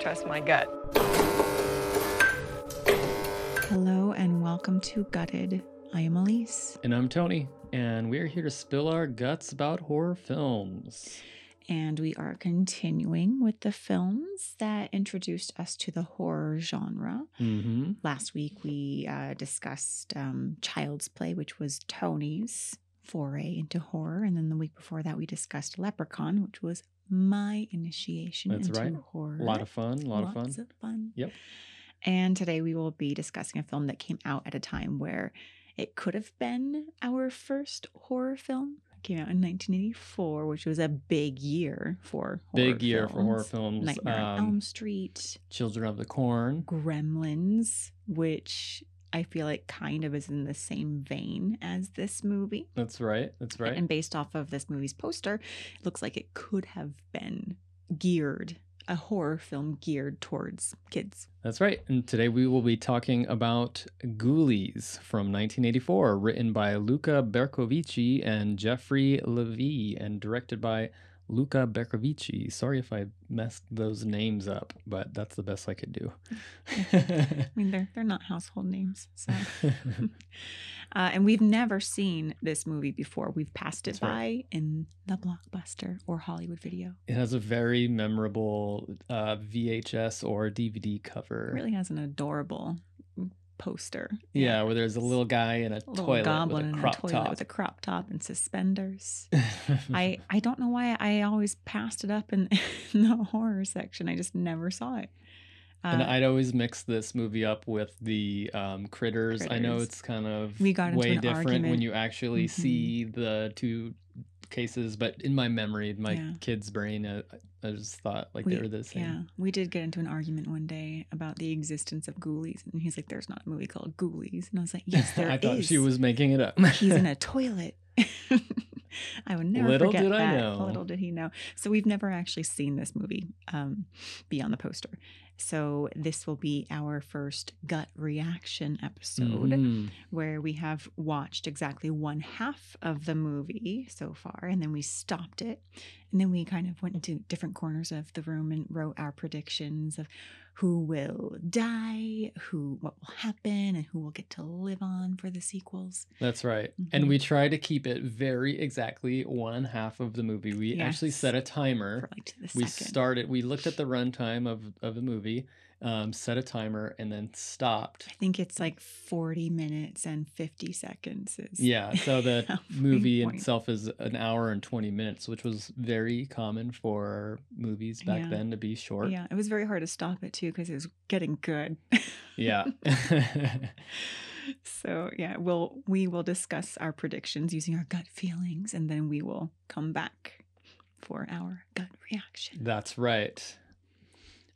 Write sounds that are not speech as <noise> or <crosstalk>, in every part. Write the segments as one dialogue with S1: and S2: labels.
S1: trust my gut.
S2: Hello and welcome to Gutted. I am Elise,
S3: And I'm Tony, and we're here to spill our guts about horror films.
S2: and we are continuing with the films that introduced us to the horror genre.
S3: Mm-hmm.
S2: Last week we uh, discussed um, Child's Play, which was Tony's foray into horror, and then the week before that we discussed Leprechaun, which was my initiation
S3: That's
S2: into
S3: right.
S2: horror.
S3: A lot of fun, a lot of
S2: Lots
S3: fun.
S2: of fun.
S3: Yep.
S2: And today we will be discussing a film that came out at a time where it could have been our first horror film. It came out in 1984, which was a big year for horror
S3: Big year for horror
S2: films.
S3: films. um,
S2: Nightmare on Elm Street,
S3: Children of the Corn.
S2: Gremlins, which I feel like kind of is in the same vein as this movie.
S3: That's right. That's right.
S2: And based off of this movie's poster, it looks like it could have been geared, a horror film geared towards kids.
S3: That's right. And today we will be talking about Ghoulies from 1984, written by Luca Bercovici and Jeffrey Levy, and directed by Luca Bercovici. Sorry if I messed those names up, but that's the best I could
S2: <laughs>
S3: do.
S2: I mean, they're they're not household names. So,
S3: <laughs>
S2: uh, and we've never seen this movie before. We've passed it
S3: That's
S2: by
S3: right.
S2: in the blockbuster or Hollywood video.
S3: It has a very memorable uh, VHS or DVD cover.
S2: It really has an adorable poster.
S3: Yeah, where there's a little guy in a,
S2: A little
S3: toilet
S2: goblin
S3: with a
S2: in a
S3: crop
S2: toilet
S3: top. Mm-hmm.
S2: with a crop top and suspenders.
S3: <laughs>
S2: I, I don't know why I always passed it up in, <laughs> in the horror section. I just never saw it. Uh,
S3: and I'd always mix this movie up with the um, critters. I know
S2: Critters.
S3: it's kind of
S2: We got into
S3: way
S2: an
S3: different when
S2: argument.
S3: you actually
S2: Mhm.
S3: see the two cases, but in my memory, my
S2: Yeah.
S3: kid's brain, uh, I just thought like they
S2: We-
S3: were the same.
S2: Yeah, we did get into an argument one day about the existence of ghoulies, and he's like, "There's not a movie called Ghoulies," and I was
S3: <laughs>
S2: like, "Yes, there is."
S3: I thought she was making it up.
S2: He's
S3: <laughs>
S2: in a toilet. <laughs> I would never
S3: Little
S2: forget
S3: did I
S2: that.
S3: know.
S2: Little did he know. So we've never actually seen this movie um, beyond the poster. So this will be our first gut reaction episode
S3: Mhm.
S2: where we have watched exactly one half of the movie so far, and then we stopped it. And then we kind of went into different corners of the room and wrote our predictions of who will die, who what will happen, and who will get to live on for the sequels.
S3: That's right.
S2: Mhm.
S3: And we try to keep it very exactly one half of the movie. We actually
S2: Yes.
S3: set a timer.
S2: For like to the
S3: we
S2: second.
S3: started we looked at the runtime of of the movie um set a timer and then stopped
S2: I think it's like 40 minutes and 50 seconds. Is
S3: yeah
S2: <laughs>
S3: so the
S2: how we
S3: movie
S2: point.
S3: itself is an hour and 20 minutes which was very common for movies back
S2: Yeah.
S3: then to be short
S2: Yeah, it was very hard to stop it too because it was getting good. <laughs>
S3: yeah <laughs>
S2: so yeah we'll we will discuss our predictions using our gut feelings and then we will come back for our gut reaction
S3: that's right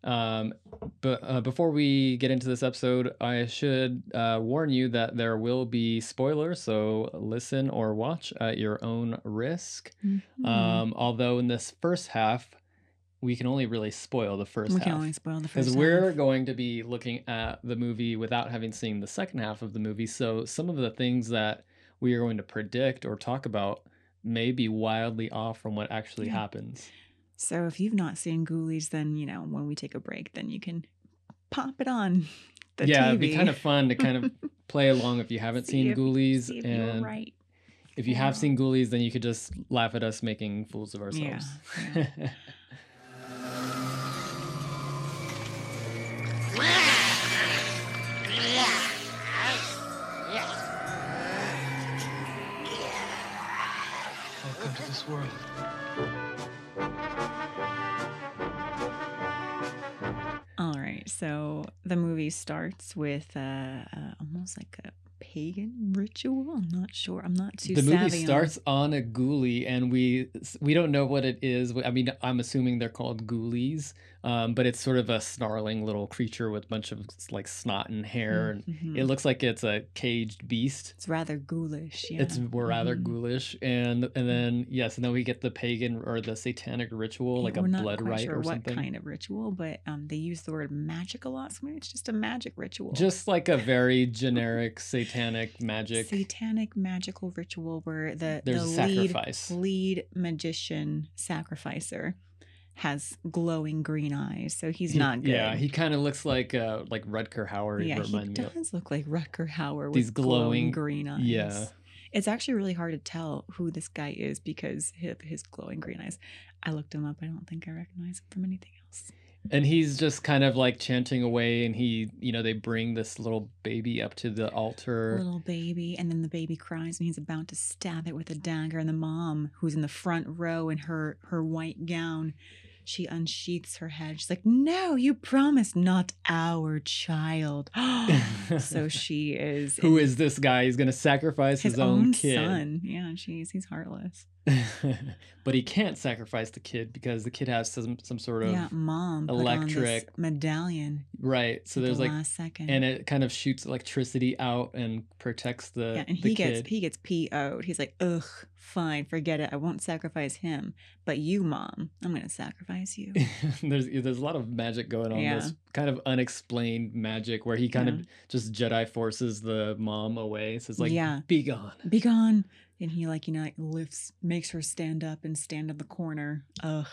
S3: um but uh, before we get into this episode i should uh, warn you that there will be spoilers so listen or watch at your own risk
S2: Mm-hmm. Hmm.
S3: Um, although in this first half, we can only really spoil the first
S2: we
S3: half.
S2: can only spoil the 1st
S3: because we're going to be looking at the movie without having seen the second half of the movie. So some of the things that we are going to predict or talk about may be wildly off from what actually
S2: Yeah.
S3: happens.
S2: so if you've not seen ghoulies then you know when we take a break then you can pop it on the
S3: yeah,
S2: TV.
S3: it'd be kind
S2: <laughs>
S3: of fun to kind of play along if you haven't
S2: See
S3: seen
S2: if-
S3: Ghoulies.
S2: see if
S3: and
S2: you're right
S3: if you have
S2: Yeah.
S3: seen Ghoulies, then you could just laugh at us making fools of ourselves. <laughs>
S4: Welcome to this world.
S2: all right so the movie starts with uh, uh almost like a pagan ritual i'm not sure i'm not <laughs> too
S3: the movie
S2: savvy on-
S3: starts on a ghoulie and we we don't know what it is i mean i'm assuming they're called ghoulies um, but it's sort of a snarling little creature with a bunch of like snot and hair and
S2: Mhm.
S3: it looks like it's a caged beast
S2: It's rather ghoulish. Yeah. Mm.
S3: it's we're rather
S2: Mhm.
S3: ghoulish and and then yes and then we get the pagan or the satanic ritual
S2: Yeah,
S3: like a
S2: we're not
S3: blood
S2: quite
S3: rite
S2: sure
S3: or
S2: what
S3: something
S2: kind of ritual, but um, they use the word magic a lot. So maybe it's just a magic ritual.
S3: just like
S2: <laughs>
S3: a very generic satanic magic
S2: satanic magical ritual where the
S3: there's
S2: the
S3: a
S2: lead
S3: sacrifice
S2: lead magician sacrificer has glowing green eyes, so he's not good.
S3: Yeah, he kind of looks like uh like Rutger Hauer.
S2: Yeah,
S3: Yeah,
S2: he
S3: remind me of.
S2: does look like Rutger Hauer with
S3: These
S2: glowing,
S3: glowing-
S2: green eyes.
S3: yeah.
S2: It's actually really hard to tell who this guy is because his, his glowing green eyes. I looked him up. I don't think I recognize him from anything else.
S3: And he's just kind of like chanting away, and he, you know, they bring this little baby up to the altar.
S2: Little baby. And then the baby cries and he's about to stab it with a dagger. And the mom, who's in the front row in her, her white gown, she unsheaths her head. She's like, No, you promised not our child. <gasps>
S3: <laughs>
S2: so she is.
S3: Who
S2: in
S3: is this guy? He's gonna sacrifice his,
S2: his
S3: own,
S2: own
S3: kid.
S2: son. Yeah, jeez, he's heartless.
S3: <laughs> but he can't sacrifice the kid because the kid has some some sort of
S2: yeah, mom put on this
S3: electric-
S2: medallion.
S3: right. So
S2: at
S3: there's
S2: the
S3: like,
S2: last second,
S3: and it kind of shoots electricity out and protects the
S2: yeah, and
S3: the
S2: he gets
S3: kid.
S2: he gets PO'd. He's like, ugh, fine, forget it. I won't sacrifice him, but you, mom, I'm gonna sacrifice
S3: <laughs>
S2: you.
S3: there's there's a lot of magic going on.
S2: Yeah.
S3: There's kind of unexplained magic where he kind
S2: Yeah.
S3: of just Jedi forces the mom away. So it's like,
S2: Yeah.
S3: be gone. <laughs>
S2: Be gone. And he like you know like, lifts, makes her stand up and stand in the corner. Ugh.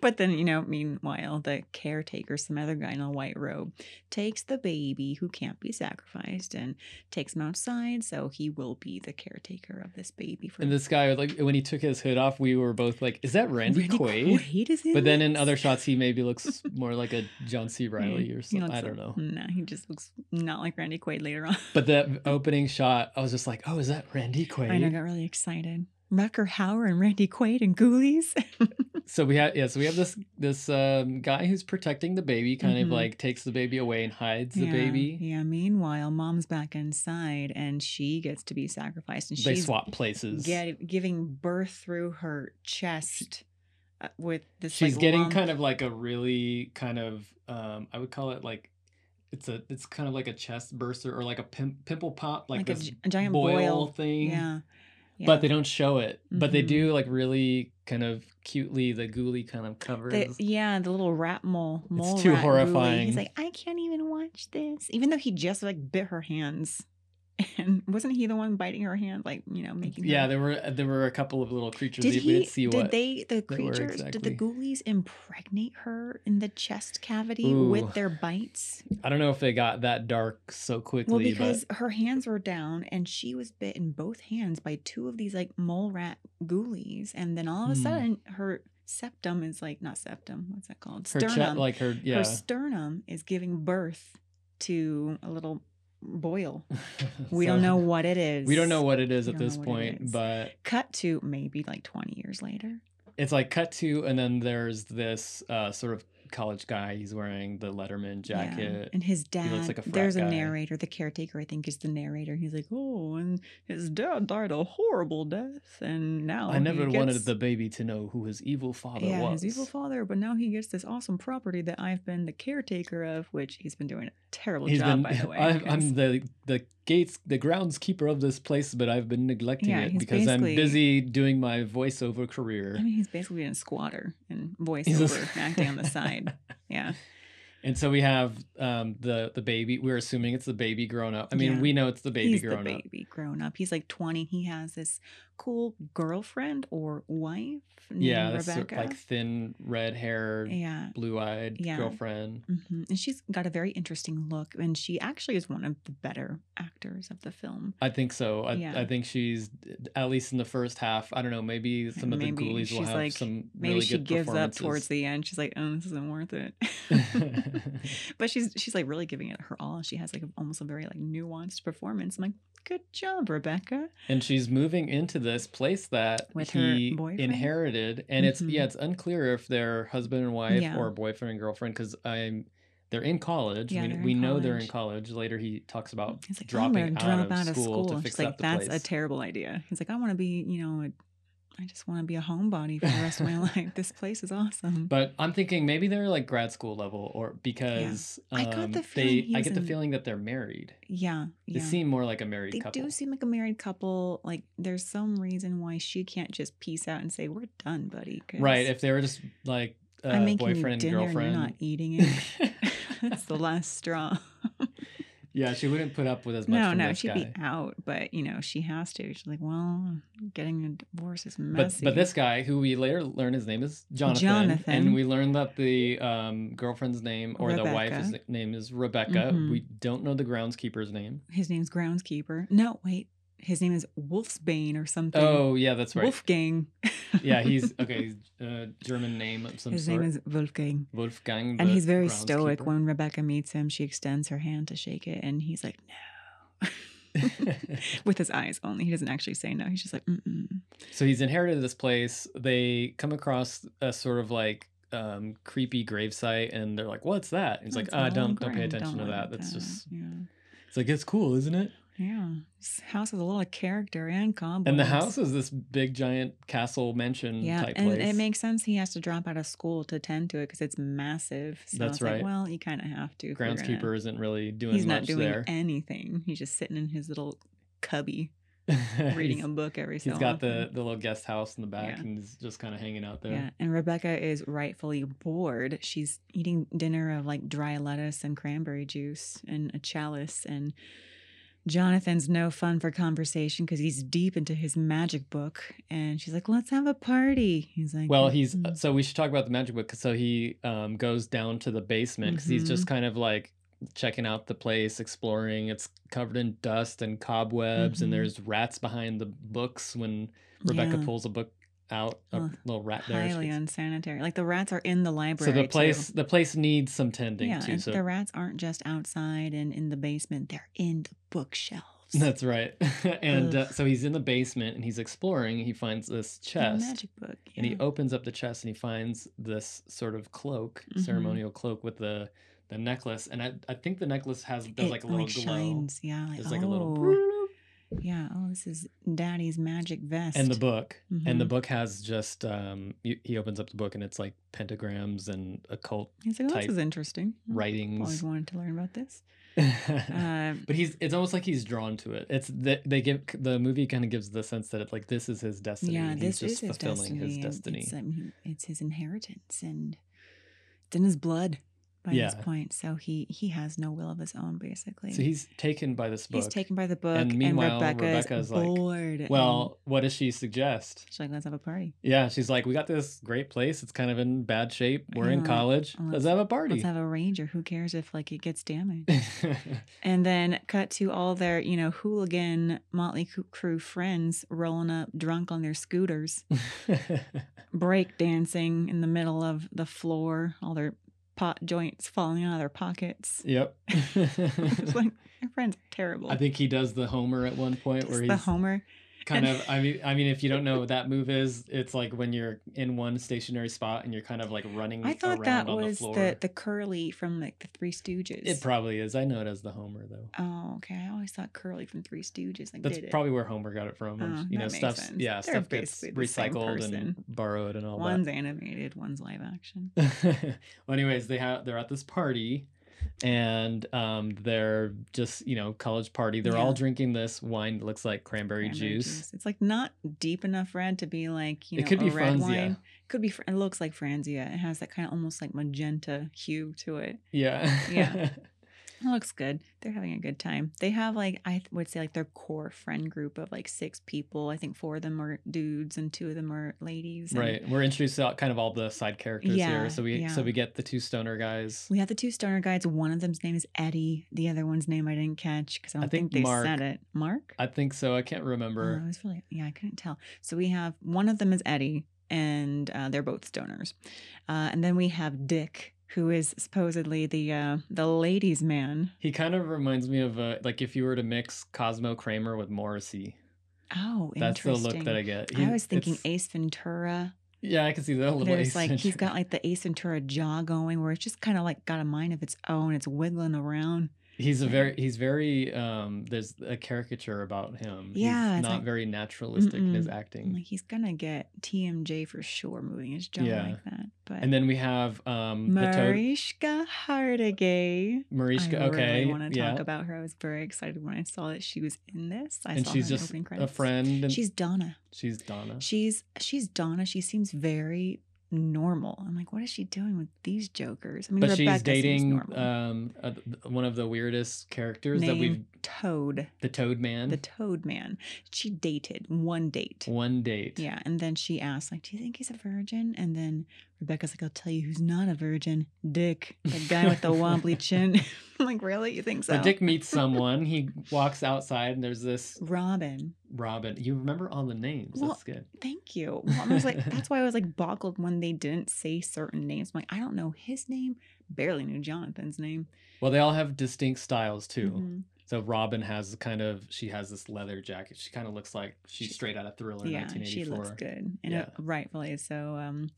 S2: but then, you know, meanwhile, the caretaker, some other guy in a white robe, takes the baby who can't be sacrificed and takes him outside. So he will be the caretaker of this baby for
S3: and this guy, like when he took his hood off, we were both like, is that Randy,
S2: Randy
S3: Quaid?
S2: Quaid is in
S3: But then in
S2: this?
S3: other shots, he maybe looks more like a
S2: <laughs>
S3: John C. Riley
S2: Mm,
S3: or
S2: he
S3: something.
S2: looks
S3: I
S2: a-
S3: don't know.
S2: No, he just looks not like Randy Quaid later on.
S3: But that opening shot, I was just like, oh, is that Randy Quaid?
S2: I know, I got really excited. Rutger Hauer and Randy Quaid and
S3: <laughs>
S2: Ghoulies.
S3: so we have yeah, so we have this this um, guy who's protecting the baby, kind of
S2: Mhm.
S3: like takes the baby away and hides the
S2: yeah,
S3: baby.
S2: Yeah. Meanwhile, mom's back inside and she gets to be sacrificed, and
S3: They
S2: she's
S3: swap places.
S2: get, giving birth through her chest uh, with this.
S3: She's
S2: like,
S3: getting
S2: lump.
S3: kind of like a really kind of um, I would call it like it's a it's kind of like a chest burster or like a pim- pimple pop like,
S2: a
S3: this
S2: gi- a giant
S3: boil,
S2: boil.
S3: thing.
S2: Yeah. yeah.
S3: But they don't show it. But they
S2: Mhm.
S3: do like really kind of cutely the ghouly kind of covers.
S2: The, yeah, the little rat mole. mole
S3: too
S2: rat ghoulie.
S3: horrifying.
S2: He's like, I can't even watch this, even though he just like bit her hands, <laughs> and wasn't he the one biting her hand, like you know, making?
S3: yeah,
S2: Her...
S3: there were there were a couple of little creatures.
S2: Did
S3: that we
S2: he?
S3: didn't see
S2: did
S3: what
S2: they? The
S3: they were
S2: creatures? Did the
S3: exactly.
S2: ghoulies impregnate her in the chest cavity
S3: Ooh.
S2: with their bites?
S3: I don't know if they got that dark so quickly.
S2: Well, because her hands were down and she was bit in both hands by two of these like mole rat ghoulies, and then all of a
S3: Hmm.
S2: sudden her septum is like not septum. What's that called?
S3: but her chest, like her yeah.
S2: her
S3: <laughs>
S2: sternum is giving birth to a little boil. We
S3: So,
S2: don't
S3: <laughs>
S2: know what it is.
S3: We don't know what it is
S2: We don't
S3: at
S2: know
S3: this
S2: what it
S3: point,
S2: is.
S3: but
S2: Cut to maybe like 20 years later.
S3: it's like cut to, and then there's this uh, sort of college guy. He's wearing the Letterman
S2: Yeah.
S3: jacket.
S2: And his
S3: looks
S2: dad,
S3: like a frat
S2: there's
S3: guy.
S2: a narrator, the caretaker, I think, is the narrator. He's like, oh, and his dad died a horrible death. And now
S3: I never
S2: oh, he
S3: wanted
S2: gets-
S3: the baby to know who his evil father
S2: yeah,
S3: was.
S2: his evil father, but now he gets this awesome property that I've been the caretaker of, which he's been doing a terrible
S3: He's
S2: job,
S3: been.
S2: by the
S3: <laughs>
S2: way.
S3: I,
S2: because-
S3: I'm the the gates, the groundskeeper of this place, but I've been neglecting
S2: Yeah,
S3: it
S2: he's
S3: because I'm
S2: basically-
S3: busy doing my voiceover career. <laughs>
S2: I mean, he's basically in a squatter and
S3: He's just-
S2: voiceover acting on the side. Yeah.
S3: <laughs> And so we have um, the the baby. We're assuming it's the baby grown up. I mean,
S2: Yeah.
S3: we know it's the baby
S2: he's
S3: grown
S2: the
S3: up.
S2: baby grown up. He's like 20. He has this cool girlfriend or wife named
S3: Yeah, that's sort of
S2: Rebecca.
S3: like thin red hair,
S2: yeah.
S3: blue eyed
S2: Yeah.
S3: girlfriend.
S2: hmm And she's got a very interesting look, and she actually is one of the better actors of the film.
S3: I think so. I,
S2: Yeah.
S3: I think she's at least in the first half. I don't know. Maybe some of
S2: Maybe
S3: the ghoulies will
S2: she's
S3: have
S2: like-
S3: some
S2: Maybe
S3: really
S2: she
S3: good
S2: gives up
S3: performances.
S2: towards the end. She's like, "Oh, this isn't worth
S3: <laughs>
S2: it," <laughs> but she's she's like really giving it her all. She has like a, almost a very like nuanced performance. I'm like, "Good job, Rebecca."
S3: and she's moving into this place that
S2: With her
S3: he
S2: boyfriend?
S3: inherited, and it's yeah,
S2: Mhm.
S3: it's unclear if they're husband and wife
S2: Yeah.
S3: or boyfriend and girlfriend because I'm they're in college.
S2: Yeah,
S3: we
S2: they're in
S3: we know they're in
S2: college. Mm.
S3: college. Later, he talks about
S2: He's like,
S3: dropping
S2: I'm gonna
S3: out,
S2: drop
S3: of,
S2: out of
S3: school
S2: school.
S3: to fix
S2: She's like,
S3: up the
S2: that's
S3: place.
S2: a terrible idea. He's like, I want to be, you know, a, I just want to be a homebody for the rest of
S3: <laughs>
S2: my life. This place is awesome.
S3: But I'm thinking maybe they're like grad school level, or because
S2: I got
S3: um,
S2: the
S3: they,
S2: feeling he
S3: I
S2: was
S3: get the
S2: in-
S3: feeling that they're married.
S2: yeah, yeah.
S3: They seem more like a married
S2: They
S3: couple.
S2: do seem like a married couple. Like, there's some reason why she can't just peace out and say, "We're done, buddy." 'cause
S3: right? If they were just like uh,
S2: I'm making you
S3: boyfriend and <laughs>
S2: dinner and you're
S3: girlfriend.
S2: not eating it, that's the last straw.
S3: Yeah, she wouldn't put up with as much.
S2: No,
S3: from
S2: no,
S3: this
S2: she'd
S3: guy.
S2: be out, but you know, she has to. She's like, well, getting a divorce is
S3: But
S2: messy.
S3: but this guy, who we later learn his name is Jonathan,
S2: Jonathan.
S3: and we learn that the um, girlfriend's name or the wife's
S2: Rebecca.
S3: name is Rebecca.
S2: Mhm.
S3: We don't know the groundskeeper's name.
S2: his name's groundskeeper. No, wait, his name is Wolfsbane or something.
S3: Oh yeah, that's right.
S2: Wolfgang. <laughs>
S3: yeah, he's okay. He's, uh, German name of some
S2: his
S3: sort.
S2: name is Wolfgang.
S3: Wolfgang.
S2: And
S3: the
S2: he's very stoic.
S3: groundskeeper. <laughs>
S2: When Rebecca meets him, she extends her hand to shake it, and he's like,
S3: <laughs>
S2: no. With his eyes only. He doesn't actually say no. He's just like, mm-mm.
S3: so he's inherited this place. They come across a sort of like um, creepy gravesite, and they're like, "What's that?" And he's like,
S2: It's
S3: "Ah,
S2: all
S3: don't don't pay
S2: grand.
S3: attention
S2: Don't
S3: to
S2: worry
S3: that.
S2: about
S3: That's
S2: that."
S3: just."
S2: Yeah.
S3: It's like it's cool, isn't it?
S2: Yeah. This house has a lot of character and combo.
S3: And the house is this big giant castle mansion
S2: Yeah,
S3: type
S2: and
S3: place.
S2: it makes sense he has to drop out of school to tend to it because it's massive. So
S3: That's
S2: it's
S3: right.
S2: Like, well, you kind of have to. if we're gonna-
S3: groundskeeper isn't really doing
S2: He's
S3: much
S2: not doing
S3: there. <laughs>
S2: anything. He's just sitting in his little cubby reading
S3: reading
S2: a book every so
S3: He's got the,
S2: often.
S3: the little guest house in the back
S2: Yeah.
S3: and he's just kind of hanging out there.
S2: Yeah, and Rebecca is rightfully bored. She's eating dinner of like dry lettuce and cranberry juice and a chalice. And Jonathan's no fun for conversation because he's deep into his magic book. And she's like, "Let's have a party." He's like,
S3: Well, he's uh,
S2: "Mm,
S3: so we should talk about the magic book. 'cause So he um, goes down to the basement because he's
S2: Mm-hmm.
S3: just kind of like checking out the place, exploring. It's covered in dust and cobwebs,
S2: Mhm.
S3: and there's rats behind the books when Rebecca
S2: yeah,
S3: pulls a book out, a
S2: Ugh,
S3: little rat there.
S2: highly unsanitary. Like the rats are in the library.
S3: So the
S2: too.
S3: place the place needs some tending
S2: yeah,
S3: too.
S2: and
S3: so
S2: the rats aren't just outside and in the basement; they're in the bookshelves.
S3: <laughs> <laughs> That's right. and uh,
S2: Ugh.
S3: so he's in the basement and he's exploring. He finds this
S2: The
S3: chest.
S2: magic book.
S3: And he
S2: yeah.
S3: opens up the chest and he finds this sort of cloak,
S2: Mhm.
S3: ceremonial cloak with the the necklace. And I, I think the necklace has does
S2: It,
S3: like a little glow.
S2: shines. Yeah, like,
S3: There's like a little
S2: oh.
S3: broom.
S2: Yeah. Oh, this is Daddy's magic vest.
S3: and the book. And the
S2: Mhm.
S3: book has just um you, he opens up the book and it's like pentagrams and occult
S2: He's like, oh,
S3: type
S2: this is interesting. Hmm, Always
S3: writings. <laughs>
S2: wanted to learn about this. Uh,
S3: but he's it's almost like he's drawn to it. It's that they give the movie kind of gives the sense that it's like this is his destiny.
S2: yeah,
S3: and
S2: this
S3: he's
S2: is
S3: just
S2: his
S3: fulfilling
S2: destiny.
S3: his
S2: and
S3: destiny.
S2: It's, I mean, it's his inheritance, and it's in his blood by this
S3: Yeah.
S2: point. So he he has no will of his own, basically.
S3: So he's taken by this book.
S2: he's taken by the book, and,
S3: meanwhile,
S2: Rebecca
S3: Rebecca's
S2: is
S3: like,
S2: bored. and
S3: well, what does she suggest?
S2: she's like, let's have a party.
S3: Yeah, she's like, we got this great place. It's kind of in bad shape. We're in
S2: Yeah,
S3: college. Let's,
S2: let's-
S3: have a party.
S2: Let's have <laughs> a ranger. Who cares if like it gets damaged? And then cut to all their, you know, hooligan motley coo- crew friends rolling up drunk on their scooters, break dancing in the middle of the floor, all their pot joints falling out of their
S3: <laughs>
S2: pockets.
S3: <laughs> yep.
S2: it's like our friends are terrible.
S3: I think he does the Homer at one point
S2: Just
S3: where
S2: the
S3: he's
S2: Homer.
S3: kind of I mean I mean if you don't know what that move is, it's like when you're in one stationary spot and you're kind of like running
S2: I thought
S3: around
S2: that
S3: on the
S2: was
S3: floor.
S2: the, the curly from like the Three Stooges.
S3: it probably is. I know it as the Homer though.
S2: oh, okay. I always thought curly from Three Stooges. Like
S3: That's
S2: did it.
S3: probably where Homer got it from.
S2: Oh,
S3: you
S2: that
S3: know,
S2: makes
S3: stuff's
S2: sense.
S3: yeah,
S2: They're
S3: stuff gets
S2: basically the same
S3: recycled and
S2: person.
S3: borrowed and all
S2: one's
S3: that.
S2: animated, one's live action.
S3: well, anyways, they have they're at this party, and um, they're just you know college party. They're all
S2: Yeah.
S3: drinking this wine that looks like cranberry,
S2: Cranberry
S3: juice.
S2: It's like not deep enough red to be like you know
S3: it could
S2: a
S3: be
S2: red
S3: Franzia.
S2: wine. Could be. fr- It looks like Franzia. It has that kind of almost like magenta hue to it.
S3: Yeah, <laughs>
S2: Yeah. It looks good. They're having a good time. They have like I th- would say like their core friend group of like six people. I think four of them are dudes and two of them are ladies. and
S3: right. We're introduced to all- kind of all the side characters
S2: Yeah,
S3: here. So we so
S2: yeah.
S3: we get the two stoner guys.
S2: We have the two stoner guys. One of them's name is Eddie. The other one's name I didn't catch because I
S3: I
S2: don't
S3: think
S2: think, they
S3: Mark.
S2: said it. Mark.
S3: I think so. I can't
S2: Oh,
S3: remember.
S2: I was really, yeah, I couldn't tell. So we have one of them is Eddie, and uh, they're both stoners, uh, and then we have Dick, who is supposedly the uh, the ladies' man.
S3: He kind of reminds me of uh like if you were to mix Cosmo Kramer with Morrissey.
S2: Oh,
S3: That's the
S2: interesting.
S3: look that I get.
S2: I
S3: He-
S2: was thinking
S3: it's-
S2: Ace Ventura.
S3: yeah, I can see that a little.
S2: There's like he's
S3: eccentric.
S2: got like the Ace Ventura jaw going, where it's just kind of like got a mind of its own. It's wiggling around.
S3: He's a very he's very um there's a caricature about him.
S2: Yeah,
S3: he's
S2: it's
S3: not
S2: like-
S3: very naturalistic in his
S2: Mm-mm.
S3: acting.
S2: I'm like he's gonna get TMJ for sure, moving his jaw
S3: Yeah.
S2: like that. But
S3: and then we have um the toad
S2: Mariska Hargitay.
S3: Mariska.
S2: I
S3: okay,
S2: really want to
S3: yeah,
S2: talk about her. I was very excited when I saw that she was in this. I
S3: and
S2: saw
S3: she's
S2: her in
S3: just
S2: opening
S3: a
S2: credits.
S3: friend. And she's
S2: She's Donna.
S3: she's Donna.
S2: She's she's Donna. She seems very normal. I'm like, what is she doing with these jokers? I mean,
S3: But
S2: Rebecca
S3: she's
S2: seems
S3: dating
S2: normal.
S3: um, a, one of the weirdest characters that we've
S2: Named Toad,
S3: the Toad Man.
S2: the Toad Man. She dated one date.
S3: one date.
S2: Yeah, and then she asked, like, "Do you think he's a virgin?" And then Rebecca's like, "I'll tell you who's not a virgin, Dick, the guy with the
S3: <laughs>
S2: wobbly chin." <laughs> I'm like, really? You think so?
S3: So
S2: <laughs>
S3: Dick meets someone. he walks outside, and there's this
S2: Robin.
S3: Robin. You remember all the names.
S2: Well,
S3: That's good.
S2: Thank you. Well, I was like, that's why I was like boggled when they didn't say certain names. I'm like, I don't know his name. Barely knew Jonathan's name.
S3: Well, they all have distinct styles too.
S2: Mhm.
S3: So Robin has kind of she has this leather jacket. She kind of looks like she's
S2: She-
S3: straight out of Thriller,
S2: Yeah, she
S3: 1984.
S2: looks good, and
S3: Yeah.
S2: uh, rightfully so. Um,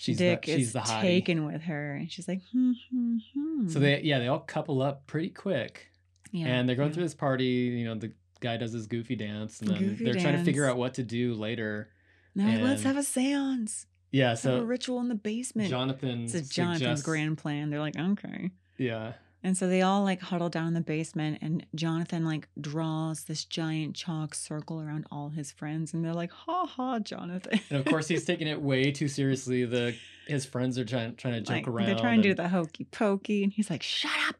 S3: She's
S2: Dick
S3: the, she's
S2: is
S3: the hottie.
S2: taken with her, and she's like, hmm, hmm, hmm.
S3: So they yeah they all couple up pretty quick,
S2: yeah,
S3: and they're going
S2: yeah.
S3: through this party. You know the guy does his goofy dance, and then
S2: Goofy
S3: they're trying to figure
S2: dance.
S3: out what to do later.
S2: Now let's
S3: and-
S2: have a séance.
S3: Yeah,
S2: Let's have a
S3: so
S2: ritual in the basement.
S3: Jonathan
S2: It's a Jonathan's
S3: suggests-
S2: grand plan. They're like, okay.
S3: yeah
S2: And so they all like huddle down in the basement, and Jonathan like draws this giant chalk circle around all his friends, and they're like, ha ha, Jonathan.
S3: and of course he's taking it way too seriously. The his friends are trying trying to
S2: <laughs>
S3: joke
S2: like,
S3: around.
S2: They're trying to do
S3: and
S2: the hokey pokey, and he's like, shut up.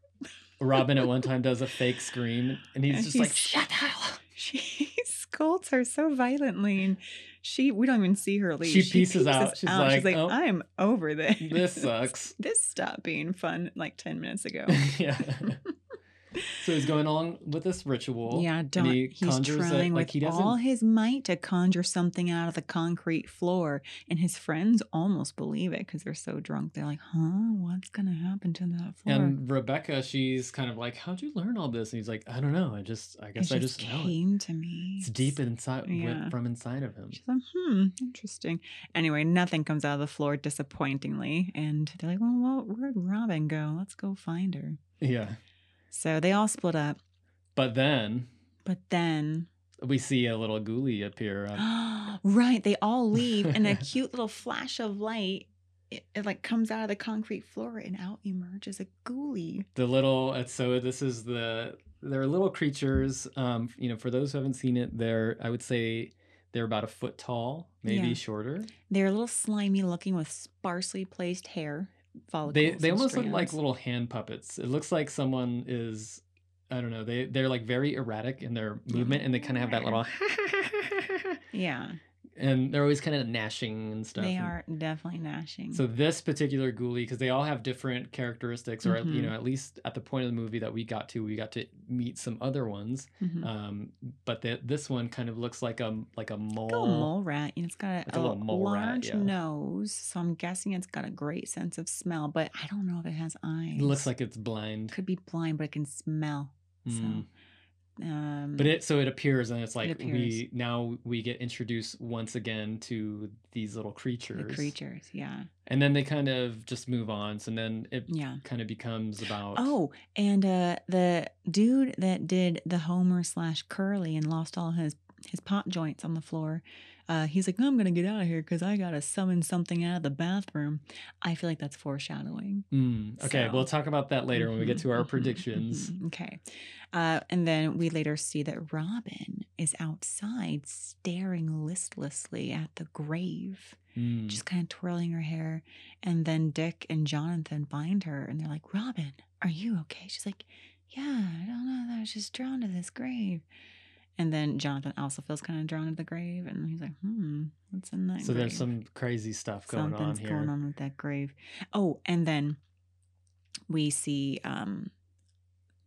S3: Robin at
S2: <laughs>
S3: one time does a fake scream, and he's
S2: And
S3: just like
S2: he's-
S3: shut the hell up.
S2: <laughs> She scolds her so violently, and she we don't even see her leave.
S3: She pieces out. She's like,
S2: she's like,
S3: "Oh,
S2: I'm over this.
S3: This sucks.
S2: <laughs> this stopped being fun like ten minutes
S3: <laughs>
S2: ago.
S3: yeah. so he's going along with this ritual.
S2: Yeah,
S3: and
S2: Don,
S3: he
S2: he's
S3: conjures a-
S2: trying
S3: like,
S2: with
S3: he doesn't-
S2: all his might to conjure something out of the concrete floor, and his friends almost believe it because they're so drunk. They're like, "Huh, what's gonna happen to that floor?"
S3: And Rebecca, she's kind of like, "How'd you learn all this?" And he's like, "I don't know. I just, I guess
S2: it
S3: I
S2: just
S3: just know it.
S2: came to me.
S3: It's deep inside, wi-
S2: Yeah.
S3: from inside of him."
S2: She's like, "Hmm, interesting." Anyway, nothing comes out of the floor, disappointingly, and they're like, "Well, well where'd Robin go? Let's go find her."
S3: Yeah.
S2: So they all split up,
S3: But then
S2: but then <gasps>
S3: we see a little ghoulie appear. on-
S2: right. They all leave, and
S3: <laughs>
S2: a cute little flash of light. It, it like comes out of the concrete floor and out emerges a ghoulie.
S3: the little. And so this is the. They're little creatures. Um, you know, for those who haven't seen it, they're. I would say they're about a foot tall, maybe
S2: Yeah.
S3: shorter.
S2: They're a little slimy looking with sparsely placed hair follicles.
S3: they they
S2: and
S3: almost look like
S2: strands.
S3: little hand puppets. It looks like someone is I don't know. They they're like very erratic in their movement, and they kind of have
S2: <laughs>
S3: that little
S2: Yeah,
S3: and they're always kind of gnashing and stuff.
S2: they
S3: and-
S2: are definitely gnashing.
S3: So this particular ghoulie, because they all have different characteristics, or at- you
S2: Mhm.
S3: know, at least at the point of the movie that we got to, we got to meet some other ones.
S2: Mhm.
S3: Um, but that this one kind of looks like a like a mole.
S2: Like a mole rat, and it's got
S3: It's
S2: a,
S3: a little mole
S2: large
S3: rat, yeah.
S2: nose. So I'm guessing it's got a great sense of smell, but I don't know if it has eyes.
S3: It looks like it's blind.
S2: could be blind, but it can smell.
S3: Mm.
S2: So, um,
S3: But it so it appears and it's like we
S2: appears.
S3: now we get introduced once again to these little creatures.
S2: the creatures, yeah,
S3: And then they kind of just move on. So then it
S2: yeah.
S3: kind of becomes about
S2: Oh, and uh, the dude that did the Homer slash Curly and lost all his his pot joints on the floor, uh, he's like, I'm gonna get out of here because I gotta summon something out of the bathroom. I feel like that's foreshadowing.
S3: Mm, okay,
S2: so-
S3: we'll talk about that later when we get
S2: Mhm,
S3: to our
S2: mhm, <laughs>
S3: predictions.
S2: mhm. Okay, uh, and then we later see that Robin is outside staring listlessly at the grave.
S3: Mm.
S2: just kind of twirling her hair. And then Dick and Jonathan find her and they're like, Robin, are you okay? She's like, Yeah, I don't know. I was just drawn to this grave. And then Jonathan also feels kind of drawn to the grave. And he's like, Hmm, what's in that
S3: so
S2: grave?
S3: there's some crazy stuff going on
S2: Something's
S3: here.
S2: going on with that grave. Oh, and then we see um,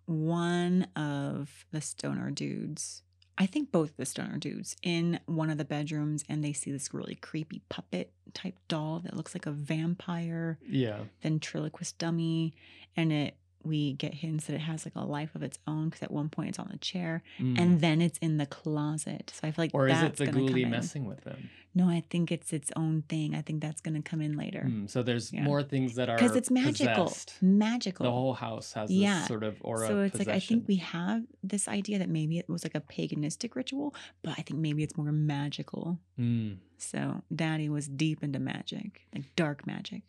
S2: one of the stoner dudes. I think both the stoner dudes in one of the bedrooms, and they see this really creepy puppet type doll that looks like a vampire
S3: Yeah.
S2: ventriloquist dummy, and it we get hints that it has like a life of its own because at one point it's on the chair
S3: Mm.
S2: and then it's in the closet. So I feel like
S3: or is it
S2: that's
S3: the
S2: gonna come
S3: ghoulie
S2: in.
S3: messing with them?
S2: No, I think it's its own thing. I think that's going to come in later
S3: Mm, So there's
S2: Yeah.
S3: more things that are
S2: because it's magical,
S3: possessed.
S2: magical.
S3: The whole house has this
S2: Yeah.
S3: sort of aura.
S2: so it's like I think
S3: possession.
S2: we have this idea that maybe it was like a paganistic ritual, but I think maybe it's more magical.
S3: Mm.
S2: So Daddy was deep into magic, like dark magic.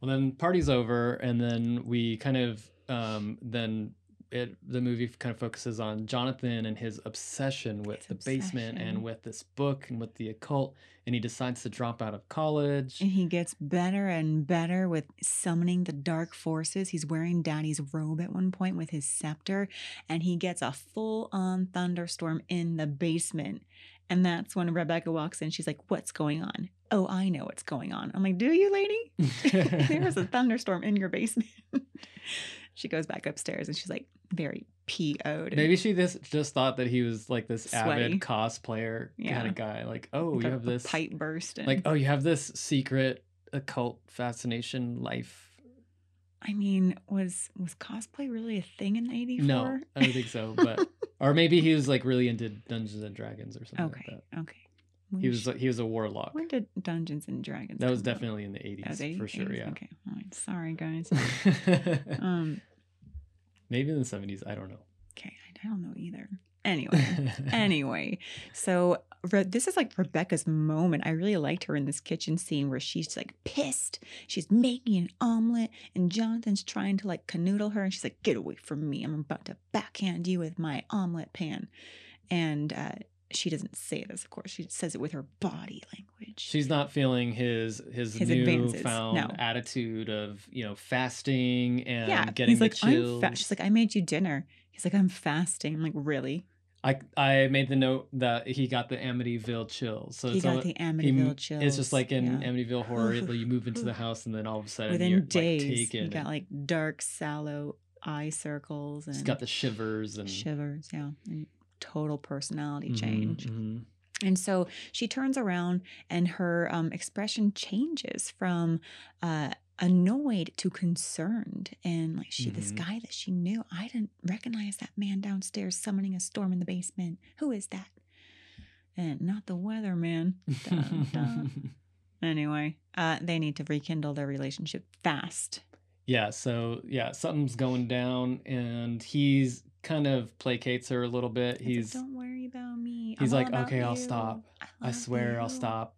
S3: Well, then party's over, and then we kind of um, then it the movie kind of focuses on Jonathan and his obsession
S2: His
S3: with the basement
S2: obsession.
S3: and with this book and with the occult, and he decides to drop out of college.
S2: And he gets better and better with summoning the dark forces. He's wearing daddy's robe at one point with his scepter, and he gets a full on thunderstorm in the basement. And that's when Rebecca walks in. She's like, What's going on? Oh, I know what's going on. I'm like, Do you, lady? <laughs>
S3: <laughs>
S2: there was a thunderstorm in your basement. <laughs> she goes back upstairs and she's like, Very PO'd.
S3: Maybe she just just thought that he was like this
S2: Sweaty.
S3: avid cosplayer
S2: Yeah.
S3: kind of guy. Like, oh, you
S2: Got
S3: have
S2: the
S3: this
S2: pipe burst. And,
S3: like, oh, you have this secret occult fascination life.
S2: I mean, was was cosplay really a thing in '84?
S3: No,
S2: <laughs>
S3: I don't think so. But or maybe he was like really into Dungeons and Dragons or something
S2: Okay.
S3: like
S2: Okay. When
S3: that. He was
S2: sh-
S3: like he was a warlock.
S2: When did Dungeons and Dragons?
S3: That was
S2: come out?
S3: definitely in the eighties
S2: That was 80s,
S3: for sure.
S2: 80s?
S3: Yeah.
S2: Okay. All right. Sorry, guys. um.
S3: <laughs> Maybe in the seventies. I don't know.
S2: Okay. I don't know either.
S3: <laughs>
S2: Anyway. anyway, so Re- this is like Rebecca's moment. I really liked her in this kitchen scene where she's like pissed. She's making an omelet, and Jonathan's trying to like canoodle her, and she's like, "Get away from me! I'm about to backhand you with my omelet pan." And uh, she doesn't say this, of course. She says it with her body language.
S3: She's not feeling his his,
S2: His advances,
S3: newfound
S2: no.
S3: attitude of you know fasting and uh, getting
S2: he's
S3: the
S2: like, I'm
S3: chills.
S2: fa-. She's like, I made you dinner. He's like, I'm fasting. I'm like, really?
S3: I I made the note that he got the Amityville chills. So
S2: he
S3: it's all-
S2: got the
S3: he
S2: Amityville
S3: m-
S2: chills.
S3: It's just like in
S2: Yeah.
S3: Amityville horror, it- you
S2: <laughs>
S3: move into the house and then all of a sudden
S2: within
S3: you're
S2: days,
S3: like
S2: he
S3: taken.
S2: got like dark, sallow eye circles and
S3: has got the shivers and
S2: shivers. Yeah, and total personality
S3: Mhm,
S2: change.
S3: mhm.
S2: And so she turns around, and her um, expression changes from uh, annoyed to concerned. And like she, this
S3: Mhm.
S2: guy that she knew, I didn't recognize that man downstairs summoning a storm in the basement. Who is that? And not the weatherman. Dun,
S3: <laughs>
S2: dun. Anyway, uh, they need to rekindle their relationship fast.
S3: Yeah, so yeah, something's going down and he's kind of placates her a little bit.
S2: It's like,
S3: He's
S2: don't worry about me.
S3: he's
S2: I'm all
S3: like,
S2: about
S3: "Okay, I'll
S2: you.
S3: stop. I
S2: love
S3: swear I'll
S2: you."
S3: stop.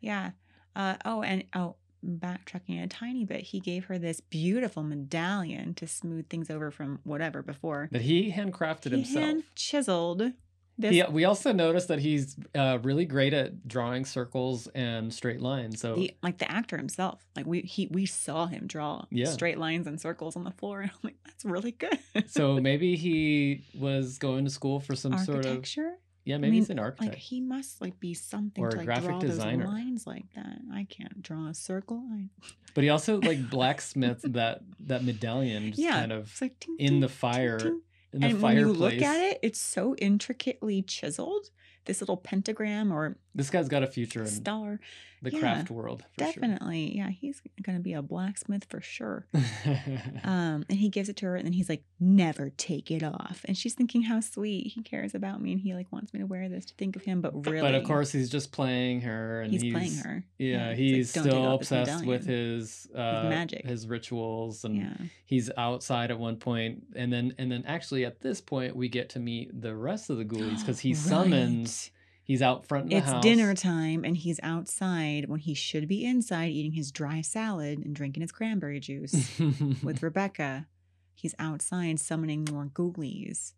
S2: Yeah. Uh, oh, and oh, backtracking a tiny bit, he gave her this beautiful medallion to smooth things over from whatever before.
S3: That he handcrafted
S2: he
S3: himself.
S2: hand chiseled this.
S3: He- we also noticed that he's uh, really great at drawing circles and straight lines. So
S2: the- like the actor himself, like we he we saw him draw
S3: Yeah.
S2: straight lines and circles on the floor, <laughs> and I'm like, that's really good. <laughs>
S3: so maybe he was going to school for some sort of
S2: Architecture,
S3: yeah maybe he's an architect
S2: like he must like be something
S3: Or
S2: to
S3: a
S2: like
S3: graphic
S2: draw
S3: designer.
S2: those lines like that. I can't draw a circle line.
S3: but he also
S2: <laughs>
S3: like blacksmith that that medallion just
S2: Yeah,
S3: kind of
S2: It's like ting,
S3: in
S2: ting,
S3: the
S2: ting,
S3: fire
S2: ting.
S3: in the
S2: and when
S3: fireplace
S2: you look at it, it's so intricately chiseled. This little pentagram or
S3: this guy's got a future in
S2: star,
S3: the
S2: yeah,
S3: craft world for
S2: definitely, yeah, he's gonna be a blacksmith for sure.
S3: sure. <laughs>
S2: Um, and he gives it to her, and then he's like, "Never take it off." And she's thinking, "How sweet, he cares about me, and he like wants me to wear this to think of him." But really,
S3: but of course he's just playing her and
S2: he's, playing her. it's
S3: yeah,
S2: like,
S3: he's
S2: "Don't take
S3: still
S2: off this
S3: obsessed with
S2: medallion."
S3: his um, uh,
S2: magic.
S3: his rituals, and
S2: Yeah,
S3: he's outside at one point, and then and then actually at this point we get to meet the rest of the ghoulies because he
S2: <gasps> Right.
S3: summons. He's out front in the
S2: It's
S3: house.
S2: dinner time, and he's outside when he should be inside eating his dry salad and drinking his cranberry juice.
S3: <laughs> Mm-hmm.
S2: with Rebecca. He's outside summoning more ghoulies.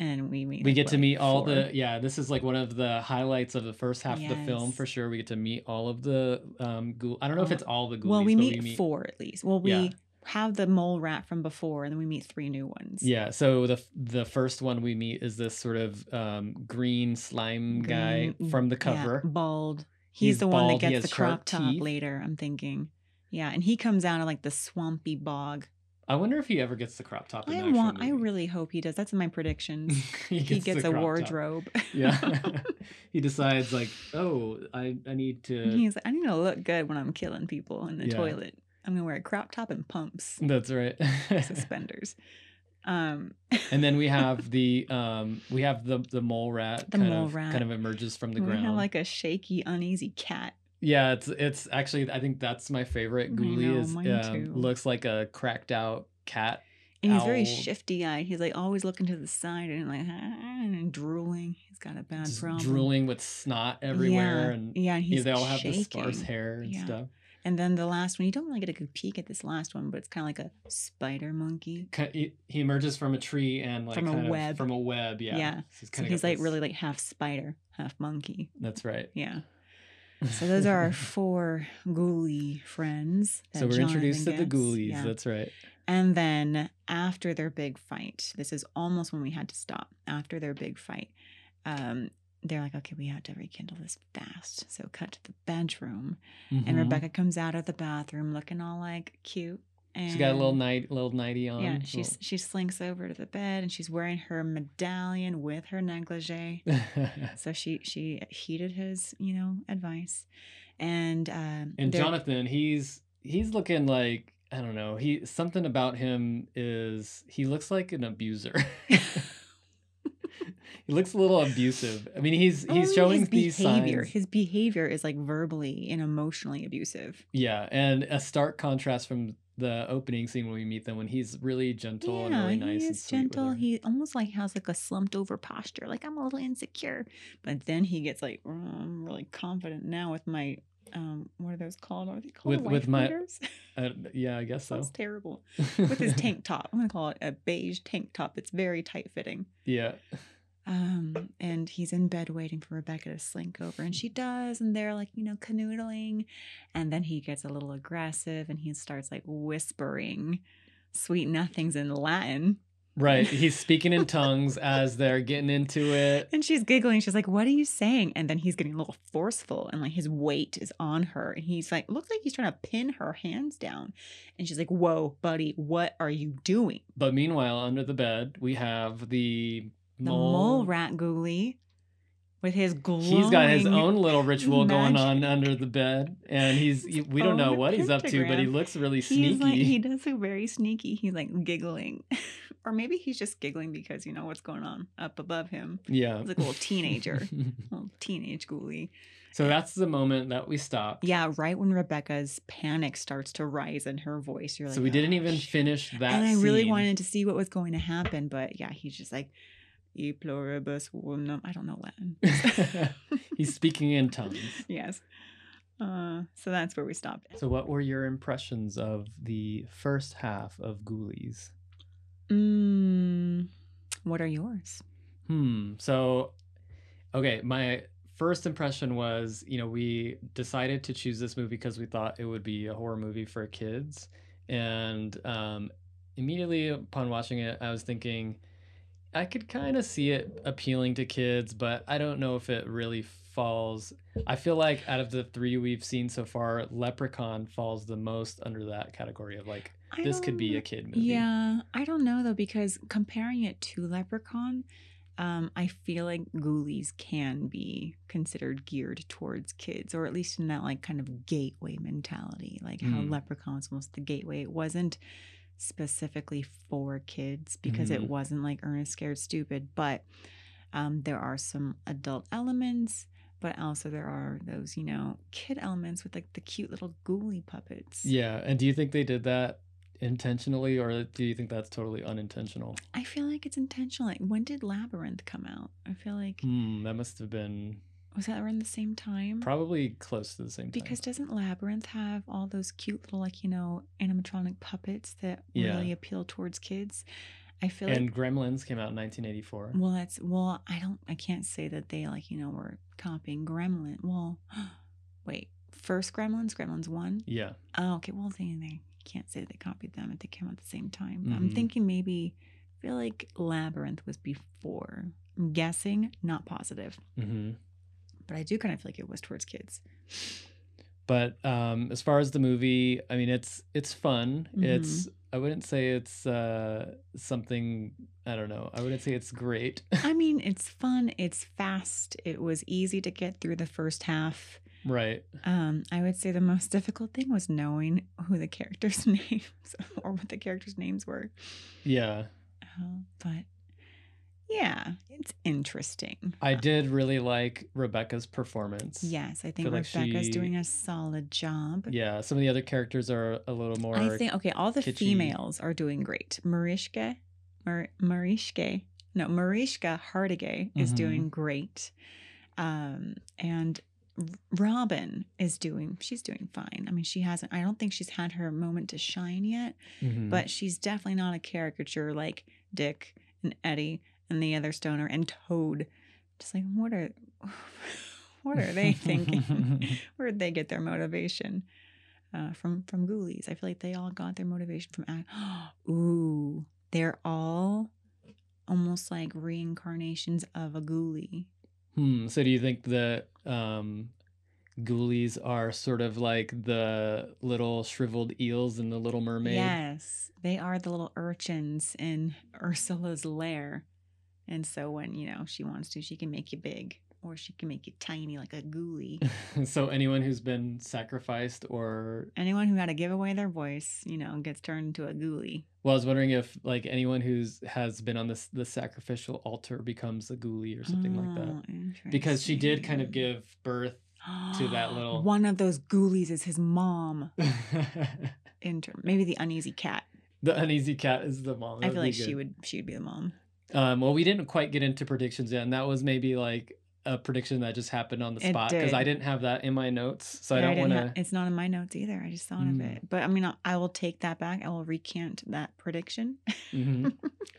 S2: And we meet.
S3: we
S2: like,
S3: get to
S2: what,
S3: meet all the
S2: four?
S3: yeah this is like one of the highlights of the first half of the film for
S2: Yes.
S3: sure we get to meet all of the um ghoul i don't know if
S2: All-
S3: it's all the ghoulies
S2: Well, we
S3: but
S2: meet, four at least. Well, we
S3: Yeah.
S2: have the mole rat from before, and then we meet three new ones.
S3: yeah so the f- the first one we meet is this sort of um green slime guy
S2: Green-
S3: from the
S2: Yeah,
S3: cover
S2: bald. He's,
S3: He's
S2: the one
S3: bald, he
S2: that
S3: has
S2: gets the crop
S3: sharp
S2: top
S3: teeth.
S2: later, I'm thinking. Yeah, and he comes out of like the swampy bog.
S3: i wonder if he ever gets the crop top in the
S2: I
S3: actual
S2: want I
S3: movie.
S2: really hope he does. That's in my predictions.
S3: <laughs> he
S2: he
S3: the
S2: gets a
S3: crop top.
S2: wardrobe.
S3: <laughs>
S2: <laughs>
S3: yeah he decides like oh i i need to
S2: And He's like, I need to look good when I'm killing people in the
S3: Yeah.
S2: toilet. I'm gonna wear a crop top and pumps,
S3: <laughs> that's right
S2: <laughs> suspenders. Um,
S3: <laughs> and then we have the um we have the the mole rat
S2: The
S3: kind
S2: mole
S3: of
S2: rat.
S3: kind of emerges from the
S2: we
S3: ground
S2: have like a shaky, uneasy cat.
S3: Yeah, it's it's actually I think that's my favorite
S2: I
S3: ghoulie
S2: know,
S3: is
S2: mine too.
S3: um, looks like a cracked out cat.
S2: And he's very
S3: Owl.
S2: shifty eyed. He's like always looking to the side and like <laughs> and drooling. He's got a bad
S3: just
S2: problem.
S3: drooling with snot everywhere
S2: yeah.
S3: and
S2: yeah, and
S3: yeah,
S2: he's
S3: they all have the sparse
S2: shaking.
S3: hair and
S2: Yeah.
S3: stuff.
S2: And then the last one, you don't really get a good peek at this last one, but it's kind of like a spider monkey.
S3: Ki- he- he emerges from a tree and like
S2: From a
S3: kind of-
S2: web.
S3: from a web. Yeah,
S2: Yeah.
S3: So he's,
S2: So
S3: kinda
S2: he's
S3: got
S2: like
S3: this-
S2: really like half spider, half monkey.
S3: That's right.
S2: Yeah. So those are our four ghoulie friends. that
S3: <laughs> so we're
S2: Jonathan
S3: introduced to the
S2: gets.
S3: ghoulies.
S2: Yeah.
S3: That's right.
S2: And then after their big fight, this is almost when we had to stop. After their big fight, um, they're like, okay, we have to rekindle this fast. So cut to the bedroom. And
S3: Mhm.
S2: Rebecca comes out of the bathroom looking all like cute. And
S3: She's got a little night, little nighty on.
S2: Yeah,
S3: a
S2: she's, she slinks over to the bed and she's wearing her medallion with her negligee.
S3: little-
S2: So she she heeded his, you know, advice. And um
S3: <laughs> and
S2: they're-
S3: Jonathan, he's he's looking like I don't know. He something about him is he looks like an abuser. <laughs>
S2: <laughs>
S3: he looks a little abusive. I mean, he's
S2: Only
S3: he's showing
S2: Oh, his
S3: these
S2: behavior.
S3: signs.
S2: His behavior is like verbally and emotionally abusive.
S3: Yeah, and a stark contrast from the opening scene when we meet them when he's really gentle and really nice.
S2: he
S3: and
S2: is
S3: sweet with
S2: gentle.
S3: her.
S2: He almost like has like a slumped over posture, like I'm a little insecure. But then he gets like "Oh, I'm really confident now with my um what are those called? Are they called
S3: With- with
S2: wife
S3: my-
S2: <laughs> beaters?
S3: Uh, yeah, I guess so.
S2: Sounds terrible. With
S3: <laughs>
S2: his tank top, I'm gonna call it a beige tank top. It's very tight fitting.
S3: yeah.
S2: Um, and he's in bed waiting for Rebecca to slink over, and she does, and they're like, you know, canoodling, and then he gets a little aggressive, and he starts like whispering sweet nothings in Latin, <laughs>
S3: Right. He's speaking in tongues as they're getting into it.
S2: and she's giggling. She's like, "What are you saying?" And then he's getting a little forceful, and like his weight is on her, and he's like, looks like he's trying to pin her hands down, and she's like, "Whoa, buddy, what are you doing?"
S3: But meanwhile, under the bed, we have the
S2: The mole rat ghoulie with his glowing.
S3: He's got his own little ritual going on
S2: magic.
S3: under the bed, and he's
S2: His
S3: we don't know
S2: own
S3: what he's up to, but he
S2: pentagram.
S3: looks really
S2: He's like, he
S3: sneaky.
S2: does look very sneaky. He's like giggling. <laughs> or maybe he's just giggling because you know what's going on up above him.
S3: <laughs> yeah.
S2: He's like a little teenager,
S3: Mm-hmm.
S2: little teenage ghoulie.
S3: <laughs> so that's the moment that we stopped.
S2: Yeah, right when Rebecca's panic starts to rise in her voice, you're like,
S3: so we didn't
S2: "Oh,
S3: even
S2: shit."
S3: finish that.
S2: And I really
S3: scene. <laughs>
S2: wanted to see what was going to happen, but yeah, he's just like, E pluribus unum. I don't know Latin.
S3: <laughs>
S2: <laughs>
S3: he's speaking in tongues.
S2: yes. Uh, so that's where we stopped.
S3: So, what were your impressions of the first half of Ghoulies?
S2: Mm, what are yours?
S3: Hmm. So, okay, my first impression was, you know, we decided to choose this movie because we thought it would be a horror movie for kids, and um, immediately upon watching it, I was thinking, I could kind of see it appealing to kids, but I don't know if it really falls. I feel like out of the three we've seen so far, Leprechaun falls the most under that category of like
S2: I
S3: this could be
S2: don't-
S3: a kid movie.
S2: Yeah, I don't know though because comparing it to Leprechaun, um, I feel like Ghoulies can be considered geared towards kids, or at least in that like kind of gateway mentality, like how
S3: Mm.
S2: Leprechaun was almost the gateway. It wasn't specifically for kids because
S3: Mhm.
S2: it wasn't like Ernest Scared Stupid, but um, there are some adult elements. But also there are those, you know, kid elements with like the cute little ghoulie puppets.
S3: Yeah, and do you think they did that intentionally, or do you think that's totally unintentional?
S2: I feel like it's intentional. Like, when did Labyrinth come out? I feel like
S3: Hmm, that must have been
S2: was that around the same time?
S3: probably close to the same time.
S2: Because doesn't Labyrinth have all those cute little like you know animatronic puppets that
S3: Yeah.
S2: really appeal towards kids? I feel
S3: and
S2: like
S3: Gremlins came out in 1984.
S2: well, that's well, I don't, I can't say that they like you know were copying Gremlin. Well, <gasps> wait, first Gremlins, Gremlins one.
S3: yeah,
S2: Oh, okay. Well, they, they can't say that they copied them if they came out at the same time. But I'm
S3: Mhm.
S2: thinking maybe, I feel like Labyrinth was before. I'm guessing, not positive,
S3: hmm
S2: but I do kind of feel like it was towards kids.
S3: but um, as far as the movie, I mean, it's it's fun.
S2: Mm-hmm.
S3: It's I wouldn't say it's uh, something I don't know. I wouldn't say it's great. <laughs>
S2: I mean, it's fun, it's fast, it was easy to get through the first half.
S3: right.
S2: Um, I would say the most difficult thing was knowing who the characters' <laughs> names or what the characters' names were.
S3: Yeah.
S2: Uh, but yeah, it's interesting.
S3: I did really like Rebecca's performance.
S2: Yes, I think
S3: feel like
S2: Rebecca's
S3: she-
S2: doing a solid job.
S3: Yeah. Some of the other characters are a little more.
S2: I think okay, all the
S3: kitschy.
S2: females are doing great. Marishka, Mar- Marishka,
S3: Mm-hmm.
S2: no, Marishka Hardige is
S3: Mhm.
S2: doing great, um, and Robin is doing, she's doing fine. I mean, she hasn't, I don't think she's had her moment to shine yet,
S3: Mhm.
S2: but she's definitely not a caricature like Dick and Eddie and the other stoner and Toad. Just like, what are, <laughs> what are
S3: <laughs>
S2: they thinking? Where'd they get their motivation? Uh, from from Ghoulies. I feel like they all got their motivation from. Ag- <gasps> Ooh, they're all almost like reincarnations of a Ghoulie.
S3: Hmm. So do you think that um, ghoulies are sort of like the little shriveled eels in the Little Mermaid?
S2: Yes, they are the little urchins in <laughs> Ursula's lair. And so when, you know, she wants to, she can make you big or she can make you tiny like a
S3: <laughs>
S2: ghoulie.
S3: so anyone who's been sacrificed or
S2: Anyone who had to give away their voice, you know, gets turned into a ghoulie.
S3: well, I was wondering if like anyone who's has been on this the sacrificial altar becomes a ghoulie or something like
S2: Oh,
S3: that.
S2: that.
S3: Because she did kind of give birth. <laughs> to
S2: <gasps>
S3: that little-
S2: One of those ghoulies is his mom. Inter- maybe the uneasy cat.
S3: the uneasy cat is the mom.
S2: I
S3: That
S2: feel
S3: be
S2: like she
S3: good.
S2: would she would be the mom.
S3: Um, well, we didn't quite get into predictions yet, and that was maybe like a prediction that just happened on the
S2: It
S3: spot because I
S2: did.
S3: didn't have that in my notes, so I
S2: Yeah,
S3: don't want
S2: didn't ha-
S3: to.
S2: it's not in my notes either. I just thought of
S3: Mm.
S2: it. But I mean, I, I will take that back. I will recant that prediction. <laughs>
S3: mm-hmm.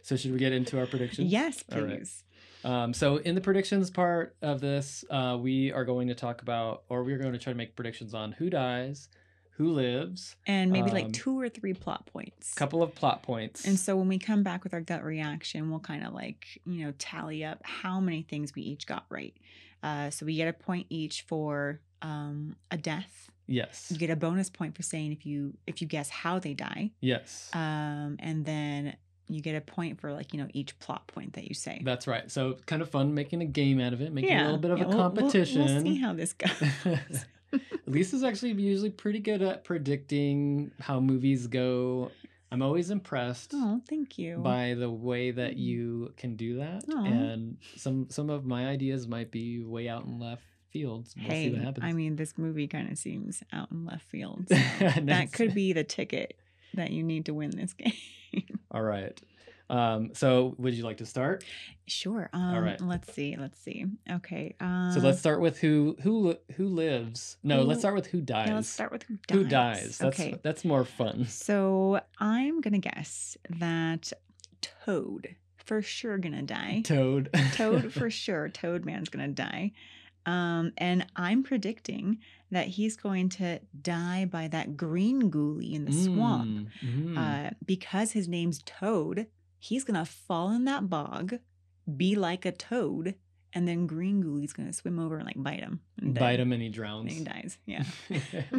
S3: So should we get into our predictions?
S2: eh. Yes,
S3: All right.
S2: please.
S3: Um, so in the predictions part of this, uh, we are going to talk about, or we're going to try to make predictions on who dies, who lives,
S2: And maybe
S3: Um,
S2: like two or three plot points.
S3: couple of plot points.
S2: And so when we come back with our gut reaction, we'll kind of like, you know, tally up how many things we each got right. Uh, so we get a point each for um, a death.
S3: yes,
S2: You get a bonus point for saying if you if you guess how they die.
S3: yes,
S2: Um, and then you get a point for like, you know, each plot point that you say.
S3: that's right. So kind of fun making a game out of it, making a little bit of
S2: Yeah,
S3: a
S2: we'll- we'll-
S3: competition.
S2: We'll, see how this goes. <laughs>
S3: <laughs> Lisa's actually usually pretty good at predicting how movies go. I'm always impressed
S2: oh, thank you. Mm-hmm.
S3: by the way that you can do that,
S2: Aw.
S3: and some some of my ideas might be way out in left fields. We'll see
S2: hey,
S3: what happens.
S2: I
S3: <laughs>
S2: mean, this movie kind of seems out in left field. <laughs> so that could be the ticket that you need to win this <laughs> game.
S3: all right. Um, so, would you like to start?
S2: sure. Um,
S3: right.
S2: Let's see. Let's see. Okay. Um,
S3: so let's start with who who li- who lives. No, let's
S2: who-
S3: start with who dies.
S2: Yeah, let's start with who dies.
S3: Who dies? That's
S2: okay.
S3: that's more fun.
S2: So I'm gonna guess that Toad for sure gonna die.
S3: Toad. <laughs>
S2: Toad for sure. Toad Man's gonna die. Um, and I'm predicting that he's going to die by that green ghoulie in the swamp.
S3: Mm, mhm.
S2: Uh, because his name's Toad, he's gonna fall in that bog, be like a toad, and then green ghoulie's gonna swim over and like bite him. and then-
S3: Bite him and he
S2: And
S3: E drowns.
S2: he dies.
S3: <laughs>
S2: Yeah. <laughs>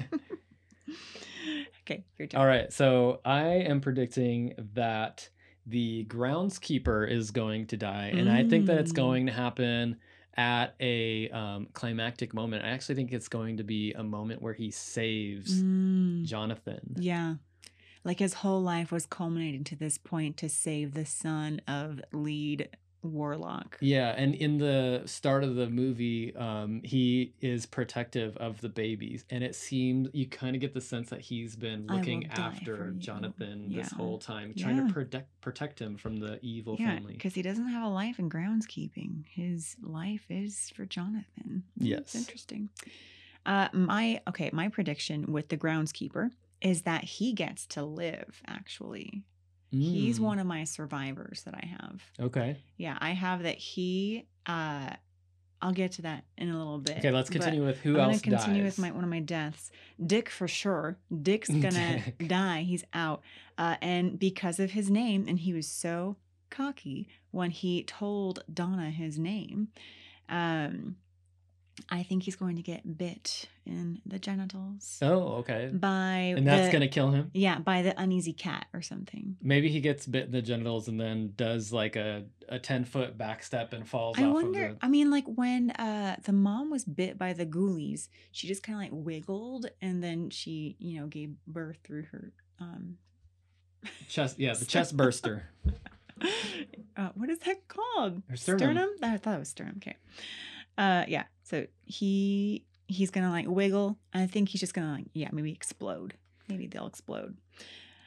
S2: okay, your turn.
S3: All right, so I am predicting that the groundskeeper is going to die, and I think that it's
S2: Mm.
S3: going to happen at a um, climactic moment. I actually think it's going to be a moment where he saves
S2: Mm.
S3: Jonathan.
S2: Yeah. Like his whole life was culminating to this point to save the son of lead warlock.
S3: Yeah, and in the start of the movie, um, he is protective of the babies, and it seems you kind of get the sense that he's been
S2: I will
S3: looking
S2: die for
S3: after
S2: you.
S3: Jonathan this
S2: Yeah.
S3: whole time, trying
S2: Yeah.
S3: to protect protect him from the evil
S2: Yeah,
S3: family.
S2: because he doesn't have a life in groundskeeping. His life is for Jonathan.
S3: Yes.
S2: That's interesting. Uh, my okay, my prediction with the groundskeeper is that he gets to live. Actually, he's
S3: Mm,
S2: one of my survivors that I have.
S3: Okay.
S2: Yeah, I have that he. Uh, I'll get to that in a little bit.
S3: Okay, let's
S2: but
S3: continue with who
S2: I'm
S3: else
S2: gonna continue
S3: dies.
S2: with my one of my deaths. Dick for sure. Dick's
S3: <laughs>
S2: gonna
S3: Dick.
S2: die. He's out. Uh, and because of his name, and he was so cocky when he told Donna his name. Um, I think he's going to get bit in the genitals
S3: Oh, okay.
S2: by
S3: And that's
S2: the-
S3: gonna kill him.
S2: yeah by the uneasy cat or something.
S3: Maybe he gets bit in the genitals and then does like a, a ten foot back step and falls
S2: I
S3: off
S2: wonder.
S3: of the
S2: I mean, like when uh the mom was bit by the ghoulies, she just kind of like wiggled, and then she, you know, gave birth through her.
S3: <gasps>
S2: Um,
S3: chest. Yeah, the chest burster.
S2: uh, what is that called?
S3: Her sternum.
S2: I thought it was sternum. Okay. Uh, yeah. So he he's gonna like wiggle. I think he's just gonna like yeah maybe explode. Maybe they'll explode.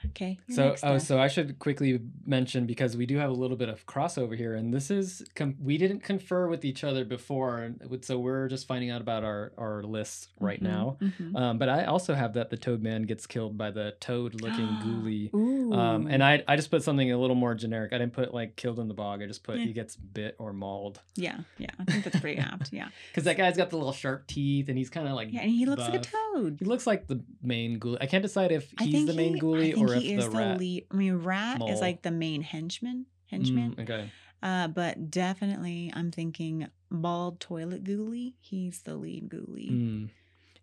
S2: Okay. your
S3: So,
S2: next
S3: oh,
S2: death.
S3: so I should quickly mention because we do have a little bit of crossover here, and this is com- we didn't confer with each other before, and with- so we're just finding out about our our lists right
S2: Mhm,
S3: now.
S2: mhm.
S3: Um, but I also have that the Toad Man gets killed by the toad-looking
S2: <gasps>
S3: ghoulie.
S2: mm-hmm. Ooh.
S3: Um, and I I just put something a little more generic. I didn't put like killed in the bog. I just put
S2: Yeah.
S3: he gets bit or mauled
S2: yeah, yeah, I think that's pretty apt. Yeah,
S3: because that guy's got the little sharp teeth, and he's kind of like
S2: yeah, and he looks like a
S3: buff.
S2: toad.
S3: He looks like the main ghoulie. I can't decide if
S2: I
S3: he's
S2: think
S3: the main
S2: he, I
S3: ghoulie
S2: think
S3: or if
S2: he is
S3: the rat.
S2: lead. I mean, rat
S3: mole.
S2: is like the main henchman. Henchman.
S3: Mm, okay.
S2: Uh, but definitely, I'm thinking bald toilet ghoulie. He's the lead ghoulie.
S3: Mm.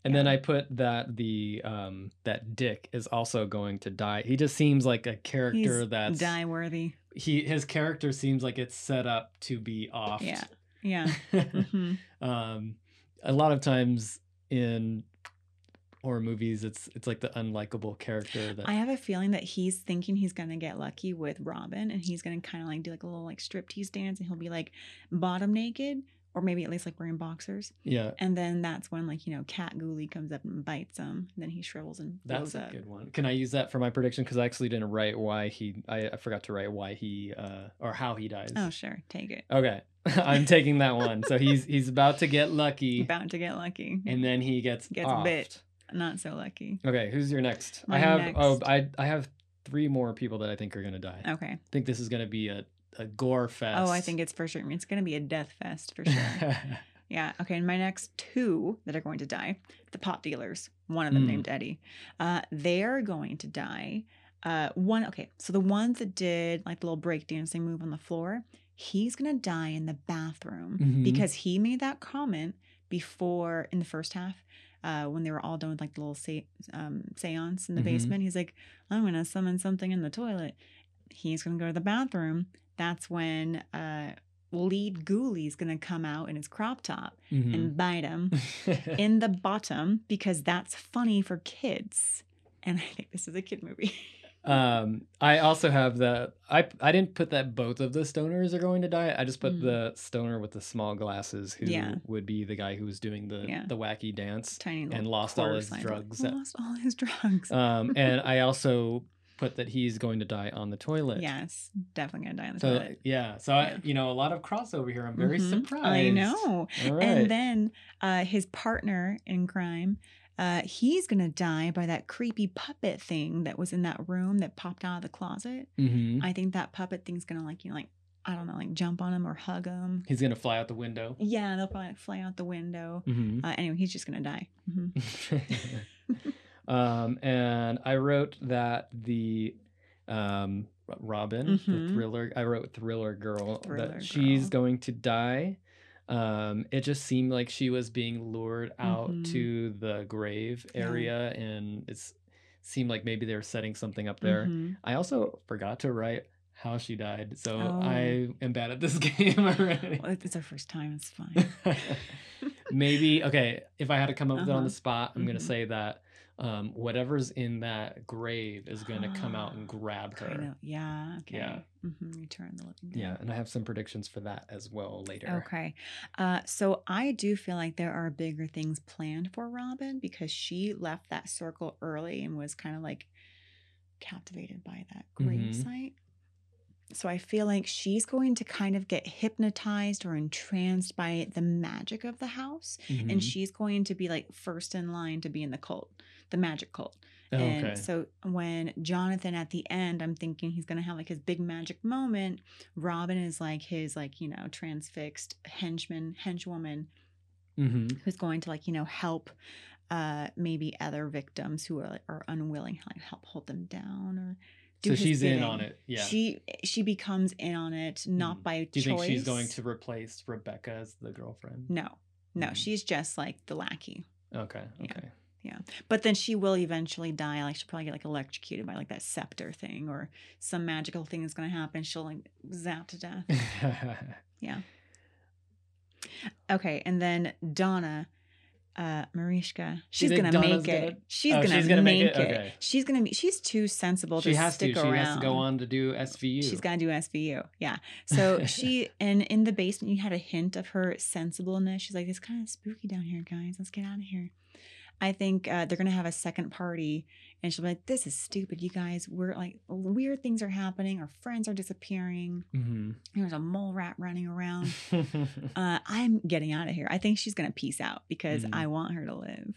S3: And then
S2: Yeah.
S3: I put that the um that Dick is also going to die. He just seems like a character
S2: He's
S3: that's
S2: Die worthy.
S3: he his character seems like it's set up to be off.
S2: Yeah. Yeah. <laughs> hmm
S3: <laughs> um a lot of times in horror movies it's it's like the unlikable character that
S2: I have a feeling that he's thinking he's gonna get lucky with Robin, and he's gonna kind of like do like a little like striptease dance, and he'll be like bottom naked, or maybe at least like wearing boxers.
S3: yeah.
S2: And then that's when like you know Cat Ghoulie comes up and bites him, and then he shrivels and blows
S3: That's a
S2: up.
S3: good one. Can I use that for my prediction? Because I actually didn't write why he. I, I forgot to write why he uh, or how he dies.
S2: Oh sure, take it.
S3: Okay, <laughs> I'm taking that one. So he's he's about to get
S2: <laughs>
S3: lucky,
S2: Bound to get lucky.
S3: and then he gets
S2: Gets
S3: offed.
S2: bit. Not so lucky.
S3: Okay, who's your next? I
S2: My
S3: have oh
S2: next.
S3: I I have three more people that I think are gonna die. I
S2: Okay.
S3: think this is gonna be a a gore fest.
S2: Oh, I think it's for sure. It's gonna be a death fest for sure.
S3: <laughs>
S2: Yeah. Okay. And my next two that are going to die, the pot dealers, one of them
S3: Mm.
S2: named Eddie, uh, they're going to die. Uh, one, okay. So the ones that did like the little breakdancing move on the floor, he's going to die in the bathroom
S3: Mhm.
S2: because he made that comment before in the first half. Uh, when they were all done with like the little se- um, seance in the
S3: Mhm.
S2: basement, he's like, I'm going to summon something in the toilet. He's going to go to the bathroom. That's when uh, lead ghoulie's going to come out in his crop top
S3: Mhm.
S2: and bite
S3: <laughs>
S2: him in the bottom because that's funny for kids. And <laughs> I think this is a kid movie. <laughs>
S3: um, I also have the I I didn't put that both of the stoners are going to die. I just put
S2: Mm.
S3: the stoner with the small glasses who
S2: Yeah.
S3: would be the guy who was doing the
S2: Yeah.
S3: the wacky dance.
S2: <laughs> Tiny little
S3: And lost all
S2: quarter
S3: his
S2: signs.
S3: drugs at-
S2: Lost all his
S3: <laughs>
S2: drugs.
S3: Um, and I also put that he's going to die on the toilet.
S2: yes, definitely gonna die on the
S3: So
S2: toilet.
S3: yeah, so
S2: Yeah.
S3: I, you know, a lot of crossover here. I'm very
S2: Mhm.
S3: surprised.
S2: I know.
S3: All
S2: <laughs>
S3: right.
S2: And then uh, his partner in crime, uh, he's gonna die by that creepy puppet thing that was in that room that popped out of the closet.
S3: Mhm.
S2: I think that puppet thing's gonna like you know, like I don't know, like jump on him or hug him.
S3: he's gonna fly out the window.
S2: Yeah, they'll probably like, fly out the window.
S3: Mhm.
S2: Uh, anyway, he's just gonna die. hmm
S3: <laughs> um, and I wrote that the um, Robin,
S2: Mhm.
S3: the thriller. I wrote thriller girl
S2: Thriller
S3: that she's
S2: girl.
S3: going to die. Um, it just seemed like she was being lured out
S2: Mhm.
S3: to the grave
S2: Yeah.
S3: area, and it's seemed like maybe they were setting something up there.
S2: Mhm.
S3: I also forgot to write how she died, so
S2: Oh.
S3: I am bad at this <laughs> game already.
S2: Well, it's our first time. It's
S3: <laughs>
S2: fine.
S3: Maybe okay. If I had to come up with it on
S2: Uh-huh.
S3: the spot, I'm gonna
S2: Mhm.
S3: say that um, whatever's in that grave is gonna come out and
S2: Ah,
S3: grab her.
S2: Kind of. Yeah. Okay.
S3: Yeah.
S2: hmm Return the living.
S3: Yeah,
S2: dead.
S3: and I have some predictions for that as well later.
S2: Okay. Uh, so I do feel like there are bigger things planned for Robin because she left that circle early and was kind of like captivated by that grave
S3: Mhm.
S2: site. So I feel like she's going to kind of get hypnotized or entranced by the magic of the house. And
S3: Mhm.
S2: she's going to be like first in line to be in the cult, the magic cult.
S3: Oh,
S2: and
S3: okay.
S2: so when Jonathan at the end, I'm thinking he's gonna have like his big magic moment. Robin is like his like you know transfixed henchman henchwoman
S3: Mhm.
S2: who's going to like you know help uh maybe other victims who are are unwilling like help hold them down or do
S3: So
S2: his
S3: she's in on
S2: bidding.
S3: it. Yeah.
S2: She she becomes in on it not
S3: Mm.
S2: by choice.
S3: Do you think she's going to replace Rebecca as the girlfriend?
S2: No, no,
S3: Mm.
S2: she's just like the lackey.
S3: Okay.
S2: Yeah.
S3: Okay.
S2: But then she will eventually die. Like she'll probably get like electrocuted by like that scepter thing or some magical thing is gonna happen. She'll like zapped to death. Okay, and then Donna, uh, Marishka, she's
S3: think
S2: gonna
S3: Donna's
S2: make it.
S3: gonna-
S2: She's,
S3: Oh,
S2: gonna
S3: she's gonna
S2: make
S3: make
S2: it.
S3: it? Okay.
S2: She's gonna be. She's too sensible
S3: <laughs> she
S2: to
S3: has
S2: stick
S3: to.
S2: around.
S3: She has to go on to do SVU.
S2: She's got to do SVU. Yeah. So she
S3: <laughs>
S2: and in the basement, you had a hint of her sensibleness. She's like, "It's kind of spooky down here, guys. Let's get out of here." I think uh, they're gonna have a second party, and she'll be like, "This is stupid, you guys. We're like weird things are happening. Our friends are disappearing.
S3: Mm-hmm.
S2: There's a mole rat running
S3: <laughs>
S2: around. Uh, I'm getting out of here. I think she's gonna peace out because
S3: Mhm.
S2: I want her to live.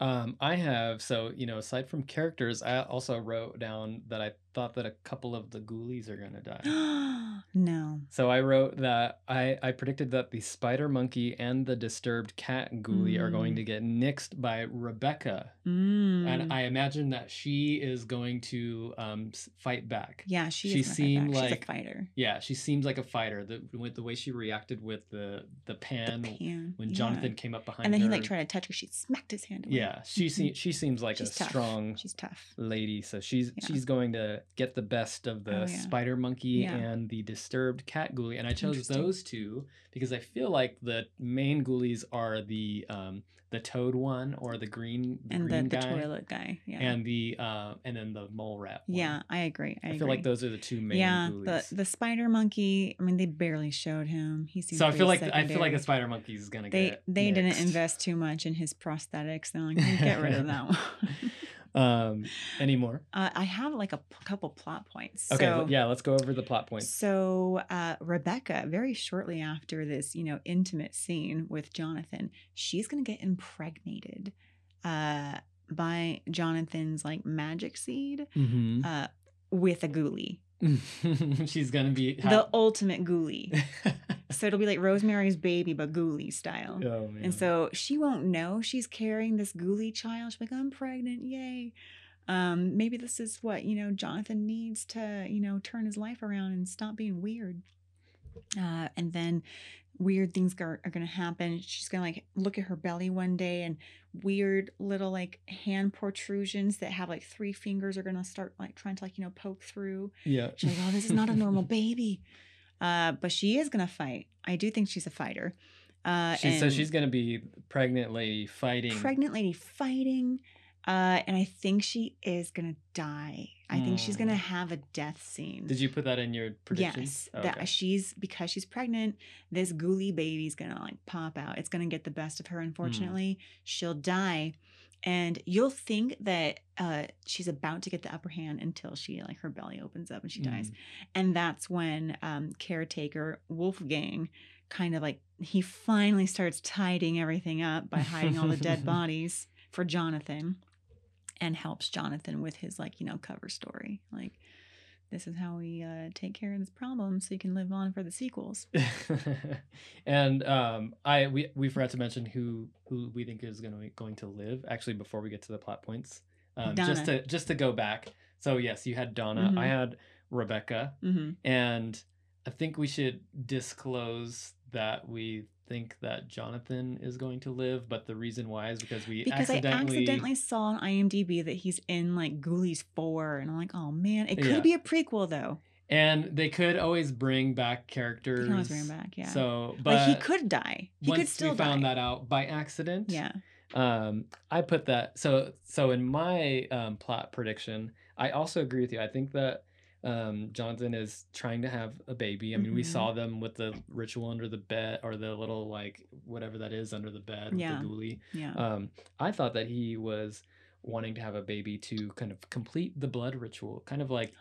S3: Um, I have so you know aside from characters, I also wrote down that I thought that a couple of the ghoulies are gonna die.
S2: <gasps> no.
S3: so I wrote that I I predicted that the spider monkey and the disturbed cat ghoulie are going
S2: Mm.
S3: to get nixed by Rebecca,
S2: Mm.
S3: and I imagine that she is going to um s- fight back.
S2: yeah, she,
S3: she
S2: is gonna fight
S3: seemed
S2: back. she's
S3: like
S2: a fighter.
S3: Yeah, she seems like a fighter. The with the way she reacted with the the
S2: The
S3: pan,
S2: pan,
S3: when
S2: yeah.
S3: Jonathan came up behind
S2: and then
S3: her.
S2: he like tried to touch her, she smacked his hand away.
S3: Yeah, she
S2: Mhm.
S3: seems she seems like
S2: she's
S3: a
S2: tough.
S3: strong
S2: She's tough.
S3: lady. So she's
S2: Yeah.
S3: she's going to get the best of the
S2: Oh, yeah.
S3: spider monkey
S2: Yeah.
S3: and the disturbed cat ghoulie. And I chose
S2: Interesting.
S3: those two because I feel like the main ghoulies are the um the toad one or the green the
S2: And the,
S3: green
S2: the
S3: guy
S2: toilet guy. Yeah.
S3: and the uh and then the mole rat. One.
S2: yeah, I agree. I,
S3: I, feel like
S2: agree.
S3: those are the two main
S2: yeah, the,
S3: ghoulies.
S2: the spider monkey. I mean, they barely showed him. He seems
S3: so I feel like I feel like the
S2: it's
S3: spider monkey is gonna
S2: they
S3: get
S2: they didn't
S3: nixed.
S2: invest too much in his prosthetics. They're like, "Mm, get rid of that one.
S3: <laughs>
S2: <laughs>
S3: um anymore.
S2: uh, I have like a p- couple plot points.
S3: Okay,
S2: so,
S3: l- yeah, let's go over the plot points.
S2: So uh, Rebecca, very shortly after this, you know, intimate scene with Jonathan, she's gonna get impregnated uh, by Jonathan's like magic seed
S3: Mhm.
S2: uh, with a ghoulie,
S3: Mm-hmm. <laughs> She's gonna be
S2: the ultimate ghoulie.
S3: <laughs> oh
S2: so it'll be like Rosemary's Baby, but ghoulie style.
S3: man.
S2: And so she won't know she's carrying this ghoulie child. She's like, I'm pregnant, yay. Um, maybe this is what, you know, Jonathan needs to, you know, turn his life around and stop being weird. Uh, and then weird things are, are going to happen. She's going to like look at her belly one day and weird little like hand protrusions that have like three fingers are going to start like trying to like, you know, poke through.
S3: yeah,
S2: She's like, oh, this is not a
S3: <laughs>
S2: normal baby. Uh, but she is going to fight. I do think she's a fighter. Uh,
S3: She- so
S2: and-
S3: she's gonna be pregnant lady fighting.
S2: pregnant lady fighting uh and i think she is gonna die i think she's gonna
S3: Mm.
S2: have a death scene
S3: Did you put that in your Oh, predictions?
S2: yes that she's because she's pregnant this ghoulie baby's gonna like pop out it's gonna get the best of her
S3: Hmm.
S2: unfortunately she'll die and you'll think that uh, she's about to get the upper hand until she like her belly opens up and she dies and that's when um, caretaker Wolfgang kind of like he finally starts tidying everything up by hiding all the
S3: <laughs>
S2: dead bodies for Jonathan and helps Jonathan with his like you know cover story like this is how we uh, take care of this problem so you can live on for the sequels
S3: Mm. <laughs> and um, I we, we forgot to mention who who we think is going to going to live actually before we get to the plot points. Um, just
S2: Donna.
S3: to just to go back. So yes, you had Donna.
S2: Mhm.
S3: I had Rebecca.
S2: hmm
S3: And I think we should disclose that we think that Jonathan is going to live, but the reason why is because we
S2: because
S3: accidentally,
S2: I accidentally saw on IMDb that he's in like Ghoulies Four and I'm like oh man it could
S3: Yeah.
S2: be a prequel though
S3: and they could always bring back
S2: They
S3: characters.
S2: can always bring him back yeah
S3: So, but
S2: like he could die he
S3: once
S2: could still
S3: we found
S2: die
S3: that out by accident,
S2: yeah
S3: um, I put that. So, so in my um, plot prediction, I also agree with you. I think that um, Jonathan is trying to have a baby. I mean, we
S2: Mhm.
S3: saw them with the ritual under the bed or the little like whatever that is under the bed with
S2: Yeah. Oh.
S3: the ghoulie.
S2: yeah
S3: Um, I thought that he was wanting to have a baby to kind of complete the blood ritual, kind of like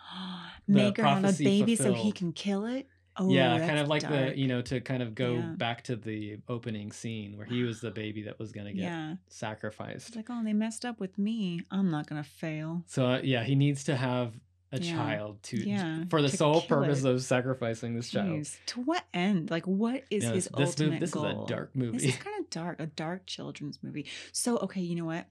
S3: the
S2: make her have a
S3: prophecy
S2: baby so he
S3: fulfilled.
S2: can kill it. Oh,
S3: yeah,
S2: that's
S3: kind of like
S2: dark.
S3: the you know to kind of go
S2: Yeah.
S3: back to the opening scene where he was the baby that was gonna get
S2: yeah. It's
S3: sacrificed.
S2: like, oh, they messed up with me. I'm not gonna fail.
S3: So uh, yeah, he needs to have a
S2: Yeah.
S3: child to
S2: Yeah,
S3: for the
S2: to
S3: sole
S2: kill
S3: purpose
S2: it.
S3: of sacrificing this child.
S2: Jeez. To what end? Like, what is
S3: You know,
S2: his
S3: this
S2: ultimate
S3: movie, this
S2: goal?
S3: is a dark
S2: This
S3: movie.
S2: is kind of dark, a dark children's movie. So, okay, you know what?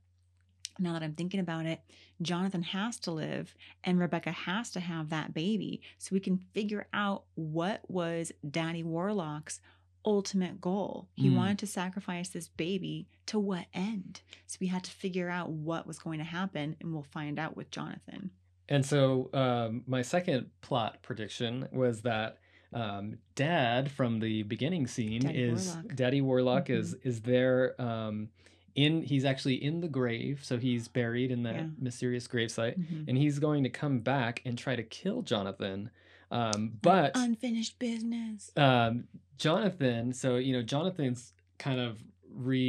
S2: Now that I'm thinking about it, Jonathan has to live and Rebecca has to have that baby so we can figure out what was Daddy Warlock's ultimate goal. He
S3: Mm.
S2: wanted to sacrifice this baby to what end? So we had to figure out what was going to happen and we'll find out with Jonathan.
S3: <laughs> And so um, my second plot prediction was that um, Dad from the beginning scene
S2: Daddy
S3: is
S2: Warlock. Mm-hmm.
S3: Daddy Warlock is is there um, in he's actually in the grave, so he's buried in that
S2: Yeah.
S3: mysterious gravesite,
S2: Mhm.
S3: and he's going to come back and try to kill Jonathan, um, but.
S2: unfinished business.
S3: um, Jonathan, so you know, Jonathan's kind of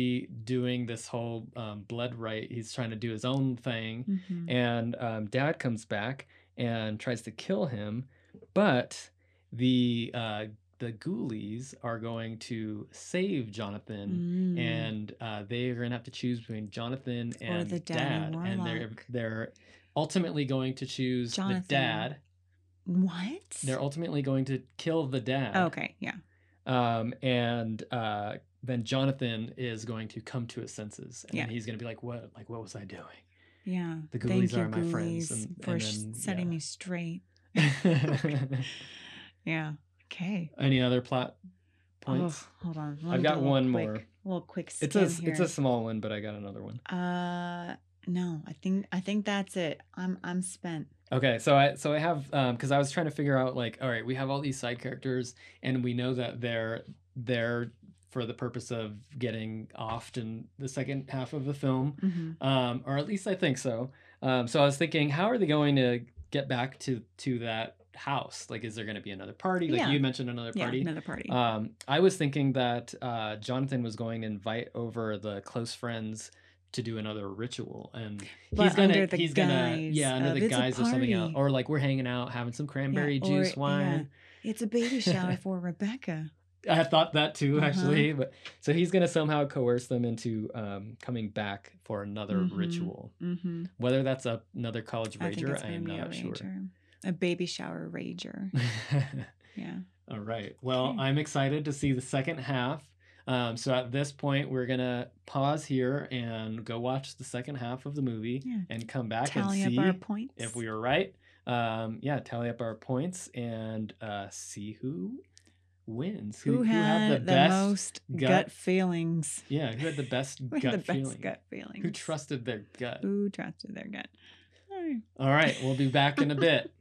S3: redoing this whole um, blood right. He's trying to do his own thing,
S2: Mhm.
S3: and um, Dad comes back and tries to kill him, but the uh, the ghoulies are going to save Jonathan
S2: Mm.
S3: and uh, they are going to have to choose between Jonathan
S2: Or
S3: and
S2: the
S3: dad,
S2: daddy
S3: and they're
S2: warlock.
S3: they're ultimately going to choose
S2: Jonathan.
S3: the dad.
S2: what?
S3: They're ultimately going to kill the dad.
S2: okay, yeah.
S3: Um, and uh, then Jonathan is going to come to his senses, and then
S2: Yeah.
S3: he's going to be like, "What? Like, what was I doing?"
S2: Yeah.
S3: The
S2: Thank
S3: ghoulies
S2: you,
S3: are my friends,
S2: ghoulies,
S3: and-
S2: for
S3: and
S2: sh-
S3: then-
S2: setting
S3: yeah.
S2: me straight. Yeah. Okay.
S3: <laughs> Any other plot points?
S2: Oh, hold on. let me
S3: I've
S2: do
S3: got
S2: a little
S3: one
S2: quick-
S3: more.
S2: Little quick
S3: it's a
S2: skim here.
S3: it's a small one, but I got another one.
S2: Uh, no, I think I think that's it. I'm I'm spent.
S3: Okay, so I so I have um because I was trying to figure out like all right we have all these side characters and we know that they're there for the purpose of getting offed in the second half of the film
S2: Mhm.
S3: um or at least I think so um so I was thinking how are they going to get back to to that house like is there going to be another party like
S2: Yeah.
S3: you mentioned another
S2: Yeah,
S3: party
S2: another party.
S3: um I was thinking that uh Jonathan was going to invite over the close friends to do another ritual and
S2: But
S3: he's gonna
S2: under the
S3: he's gonna
S2: guise
S3: yeah under
S2: of,
S3: the
S2: "It's a
S3: guise of something else
S2: party."
S3: or like we're hanging out having some cranberry
S2: or,
S3: juice
S2: yeah.
S3: wine
S2: it's a baby
S3: <laughs>
S2: shower for Rebecca.
S3: i thought that too
S2: Uh-huh.
S3: actually but so he's gonna somehow coerce them into um, coming back for another
S2: Mhm.
S3: ritual
S2: Mm-hmm.
S3: whether that's a, another college
S2: I think
S3: rager
S2: it's
S3: i
S2: gonna
S3: am
S2: be a
S3: not sure
S2: rager. A baby shower rager.
S3: <laughs>
S2: Yeah.
S3: all right well
S2: Okay.
S3: i'm excited to see the second half um, so at this point we're gonna pause here and go watch the second half of the movie
S2: Yeah.
S3: and come back
S2: Tally
S3: and
S2: up
S3: see
S2: our points.
S3: if we were right um yeah tally up our points and uh see who wins
S2: who, had the, most gut,
S3: gut-
S2: feelings? <laughs>
S3: yeah who had the best
S2: Who
S3: gut
S2: had the best
S3: feeling
S2: gut feelings?
S3: who trusted their gut
S2: Who trusted their gut? All right.
S3: all right we'll be back
S2: <laughs>
S3: in a bit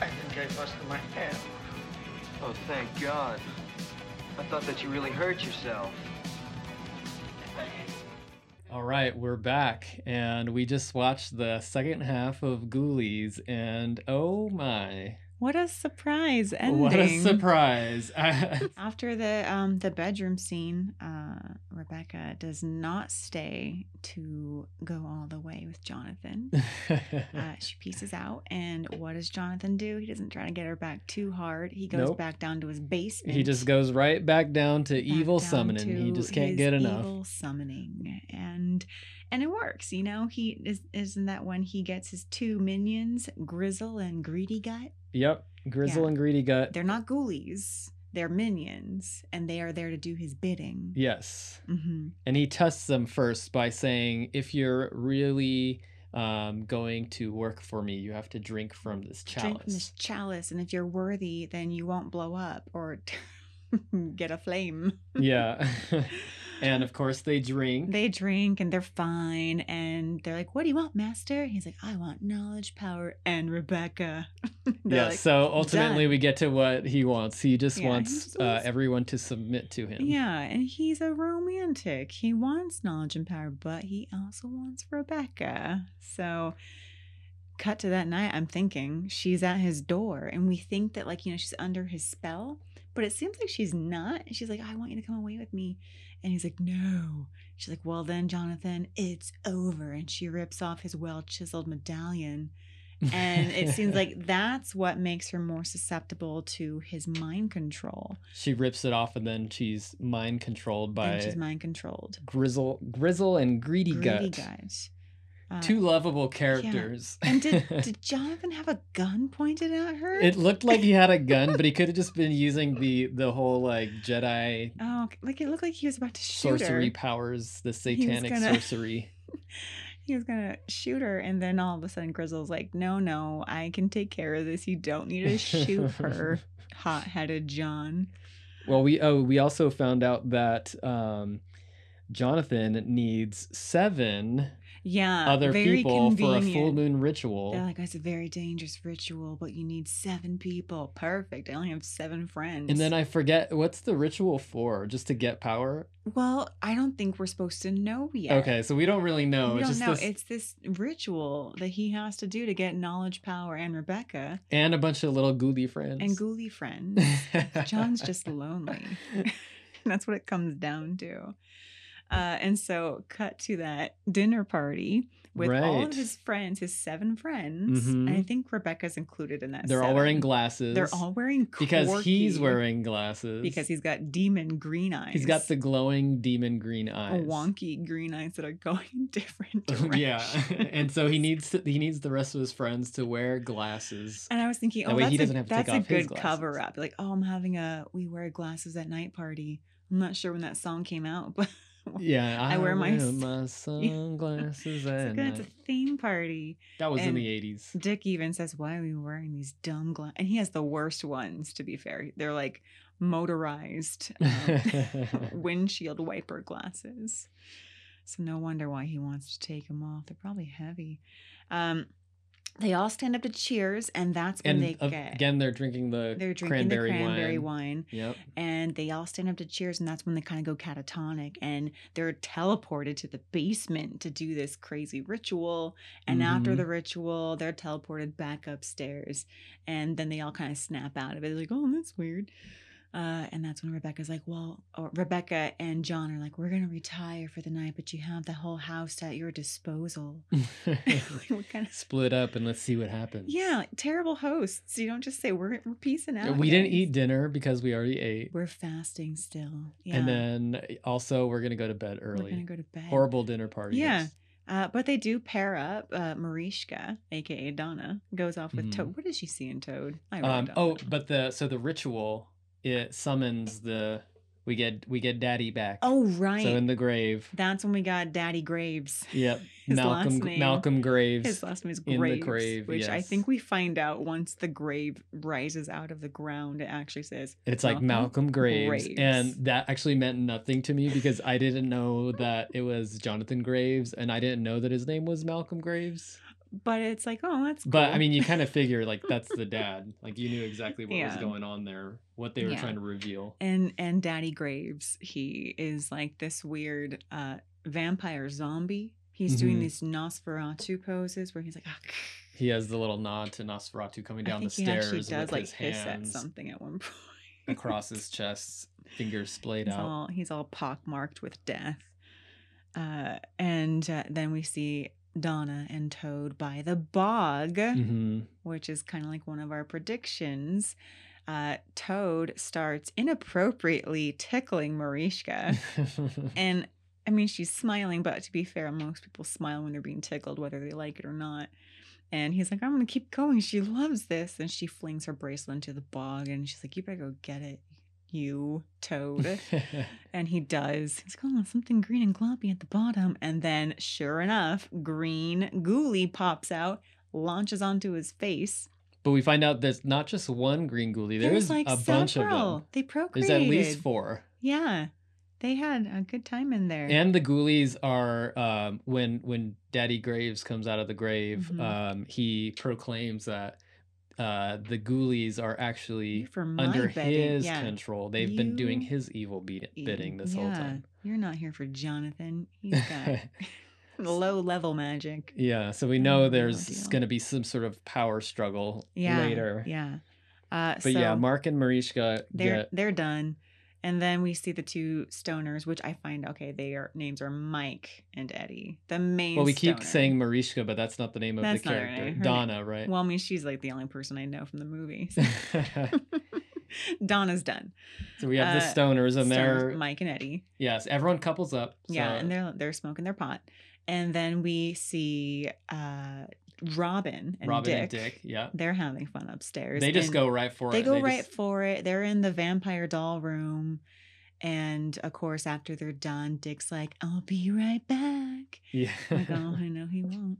S4: I think I busted my hand.
S1: Oh, thank God. I thought that you really hurt yourself.
S3: all right we're back and we just watched the second half of ghoulies and oh my
S2: What a surprise ending!
S3: what a surprise <laughs>
S2: After the um, the bedroom scene, uh, Rebecca does not stay to go all the way with
S3: <laughs>
S2: Jonathan. Uh, she pieces out, and what does Jonathan do? He doesn't try to get her back too hard. He goes
S3: Nope.
S2: back down to his basement.
S3: he just goes right back down to
S2: back
S3: evil
S2: down
S3: summoning he
S2: to
S3: just can't
S2: his
S3: get enough
S2: Evil summoning, and and it works. You know, he is isn't that when he gets his two minions, Grizzle and Greedy Gut.
S3: Yep. Grizzle
S2: Yeah.
S3: and Greedy Gut.
S2: They're not ghoulies. They're minions, and they are there to do his bidding.
S3: Yes.
S2: hmm
S3: And he tests them first by saying, if you're really um, going to work for me, you have to drink from this chalice.
S2: Drink from this chalice, and if you're worthy, then you won't blow up or <laughs> get a flame.
S3: yeah. <laughs> and of course, they drink.
S2: they drink and they're fine, and they're like, "What do you want, master?" he's like, "I want knowledge, power, and Rebecca." <laughs> They're
S3: yeah.
S2: like,
S3: so ultimately,
S2: "Done."
S3: we get to what he wants. He just
S2: Yeah, he
S3: wants
S2: just
S3: uh,
S2: wants-
S3: everyone to submit to him.
S2: Yeah, and he's a romantic. He wants knowledge and power, but he also wants Rebecca. So, cut to that night, I'm thinking she's at his door, and we think that, like, you know, she's under his spell, but it seems like she's not. And she's like, I want you to come away with me. And he's like, No. She's like, Well, then, Jonathan, it's over. And she rips off his well chiseled medallion. And it
S3: <laughs>
S2: seems like that's what makes her more susceptible to his mind control.
S3: she rips it off and then she's mind controlled by
S2: and she's mind controlled.
S3: Grizzle, Grizzle and Greedy,
S2: Greedy
S3: Gut.
S2: guys. Uh,
S3: Two lovable characters.
S2: and
S3: <laughs>
S2: did, did Jonathan have a gun pointed at her?
S3: it looked like he had a gun, but he could have just been using the the whole like Jedi
S2: oh, like it looked like he was about to shoot
S3: sorcery
S2: her.
S3: powers, the
S2: was
S3: satanic
S2: gonna-
S3: sorcery.
S2: He was gonna shoot her, and then all of a sudden, Grizzle's like, "No, no, I can take care of this. You don't need to shoot
S3: <laughs>
S2: her." Hot-headed John.
S3: Well, we oh we also found out that um, Jonathan needs seven
S2: Yeah,
S3: other
S2: Uh, very
S3: people for a full
S2: convenient.
S3: moon ritual.
S2: They're like, it's a very dangerous ritual, but you need seven people. Perfect. I only have seven friends.
S3: and then I forget what's the ritual for, just to get power.
S2: well, I don't think we're supposed to know yet.
S3: Okay, so we don't really
S2: we
S3: know.
S2: don't
S3: it's just
S2: know.
S3: This,
S2: It's this ritual that he has to do to get knowledge, power, and Rebecca
S3: and a bunch of little ghouly friends.
S2: and ghouly friends.
S3: <laughs>
S2: John's just lonely. <laughs> That's what it comes down to. Uh, and so, cut to that dinner party with all
S3: Right.
S2: of his friends, his seven friends. And I
S3: Mhm.
S2: think Rebecca's included in that.
S3: They're all
S2: seven.
S3: wearing glasses.
S2: They're all wearing
S3: because he's
S2: corky.
S3: wearing glasses.
S2: because he's got demon green eyes.
S3: he's got the glowing demon green eyes.
S2: wonky green eyes that are going <laughs> in different directions.
S3: <laughs> yeah, <laughs> and so
S2: <laughs>
S3: he needs to, he needs the rest of his friends to wear glasses.
S2: And I was thinking,
S3: That
S2: oh,
S3: way he
S2: that's,
S3: doesn't
S2: a,
S3: have to take
S2: that's a
S3: off his
S2: good cover
S3: glasses.
S2: up. Like, oh, I'm having a we wear glasses at night party. I'm not sure when that song came out, <laughs> but
S3: Yeah,
S2: I wear my s- <laughs>
S3: sunglasses
S2: it's
S3: at
S2: like, oh, it's a
S3: night.
S2: theme party.
S3: That was in
S2: and-
S3: the eighties.
S2: Dick even says, why are we wearing these dumb glasses? And he has the worst ones, to be fair. They're like
S3: <laughs>
S2: motorized um, <laughs> windshield wiper glasses. So no wonder why he wants to take them off. They're probably heavy. Um, they all stand up to cheers, and that's when
S3: And
S2: they
S3: uh,
S2: get
S3: again, they're drinking the
S2: they're drinking
S3: cranberry,
S2: the cranberry
S3: wine.
S2: wine. <laughs>
S3: Yep. <laughs>
S2: and they all stand up to cheers, and that's when they kind of go catatonic, and they're teleported to the basement to do this crazy ritual. And after
S3: Mhm.
S2: the ritual, they're teleported back upstairs, and then they all kind of snap out of it. They're like, "Oh, that's weird." Uh, and that's when Rebecca's like, well, or Rebecca and John are like, we're going to retire for the night, but you have the whole house at your disposal. <laughs>
S3: <laughs>
S2: Like, what kind of,
S3: Split up and let's see what happens.
S2: yeah, terrible hosts. You don't just say, we're, we're peacing out.
S3: We didn't
S2: guys."
S3: eat dinner because we already ate,
S2: We're fasting still. Yeah.
S3: and then eh, also we're gonna go to bed
S2: we're going
S3: early.
S2: to go to bed.
S3: Horrible dinner party.
S2: Yeah. Uh, but they do pair up. Uh, Marishka, aka Donna, goes off with
S3: Mhm.
S2: Toad. What does she see in Toad? I wrote
S3: Um,
S2: down
S3: oh,
S2: that.
S3: but the so the ritual it summons the we get we get daddy back.
S2: oh right.
S3: So in the grave.
S2: <laughs> That's when we got Daddy Graves. <laughs>
S3: Yep.
S2: His
S3: Malcolm
S2: last name-
S3: Malcolm Graves.
S2: His last name is
S3: in the
S2: Graves,
S3: grave,
S2: which I
S3: yes.
S2: think we find out once the grave rises out of the ground. It actually says
S3: It's like
S2: Malcolm
S3: Malcolm Graves, and
S2: Graves.
S3: that actually meant nothing to me because I didn't know that it was Jonathan Graves, and I didn't know that his name was Malcolm Graves.
S2: but it's like, oh, that's.
S3: But I
S2: cool.
S3: mean,
S2: <laughs>
S3: you kind of figure like that's the dad. Like you knew exactly what was
S2: Yeah.
S3: going on there, what they were
S2: Yeah.
S3: trying to reveal.
S2: and and Daddy Graves, he is like this weird uh, vampire zombie. He's doing
S3: Mhm.
S2: these Nosferatu poses where he's like, ah,
S3: He has the little nod to Nosferatu coming down
S2: I think
S3: the stairs
S2: He actually
S3: with
S2: does like
S3: his
S2: hiss at
S3: hands
S2: something at one <laughs> point. <laughs>
S3: across his chest, fingers splayed
S2: he's
S3: out. <laughs>
S2: all he's all pockmarked with death. Uh, and uh, then we see Donna and Toad by the bog,
S3: hmm
S2: <laughs> which is kind of like one of our predictions. Uh, Toad starts inappropriately tickling Marishka, and I mean she's smiling, but to be fair, most people smile when they're being tickled, whether they like it or not. And he's like, I'm gonna keep going. She loves this. And she flings her bracelet into the bog and she's like, You better go get it, you
S3: <laughs>
S2: toad. and he does. He's like, Oh, something green and gloppy at the bottom. And then, sure enough, green ghoulie pops out, launches onto his face.
S3: but we find out there's not just one green ghoulie. There's a bunch of them.
S2: They procreated.
S3: There's at least four.
S2: Yeah. They had a good time in there.
S3: And the ghoulies are um, when when Daddy Graves comes out of the grave,
S2: Mhm.
S3: um, he proclaims that uh, the ghoulies are actually
S2: You're for my
S3: under
S2: bedding.
S3: his
S2: yeah.
S3: control. They've been doing
S2: You-
S3: his evil beat-
S2: Y-
S3: bidding this whole
S2: yeah.
S3: time.
S2: You're not here for Jonathan. He's
S3: <laughs>
S2: got <laughs> low level magic.
S3: yeah, so we
S2: Oh,
S3: know
S2: no
S3: there's
S2: deal.
S3: going to be some sort of power struggle
S2: Yeah.
S3: later.
S2: Yeah. Uh,
S3: But
S2: so
S3: yeah, Mark and Marishka
S2: they're
S3: get
S2: they're done. And then we see the two stoners, which I find okay, their names are Mike and Eddie. The main
S3: Well, we keep
S2: stoner.
S3: saying Marishka, but that's not the name of
S2: That's
S3: the
S2: not her name.
S3: character.
S2: Her
S3: Donna, right?
S2: Well, I mean, she's like the only person I know from the movie. so. <laughs> Donna's done.
S3: <laughs> so we have the
S2: Uh,
S3: stoners, and
S2: Stoners,
S3: they're
S2: Mike and Eddie.
S3: yes, everyone couples up.
S2: Yeah,
S3: so-
S2: and they're they're smoking their pot. And then we see uh, Robin and
S3: Robin
S2: Dick.
S3: and Dick. Yeah.
S2: They're having fun upstairs.
S3: They just
S2: and
S3: go right for it.
S2: They go right
S3: just-
S2: for it. They're in the vampire doll room. And of course, after they're done, Dick's like, I'll be right back. Like,
S3: yeah.
S2: oh, I know he won't.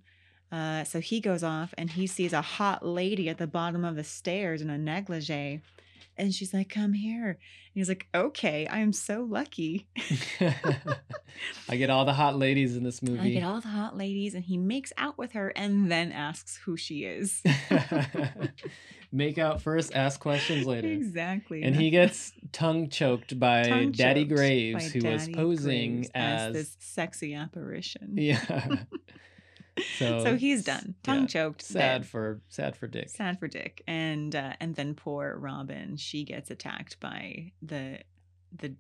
S2: Uh, so he goes off and he sees a hot lady at the bottom of the stairs in a negligee. And she's like, Come here. And he's like, Okay, I am so lucky.
S3: <laughs> I get all the hot ladies in this
S2: I
S3: movie.
S2: get all the hot ladies. And he makes out with her and then asks who she is.
S3: <laughs> Make out first, ask questions later.
S2: Exactly.
S3: And he gets tongue choked by
S2: tongue
S3: Daddy
S2: choked by
S3: Graves, who was
S2: Daddy
S3: posing
S2: Graves
S3: as,
S2: this sexy apparition.
S3: <laughs> yeah. so
S2: <laughs> So he's done, tongue
S3: yeah.
S2: choked,
S3: Sad
S2: dead.
S3: for sad for Dick.
S2: sad for Dick, and uh, and then poor Robin. She gets attacked by the the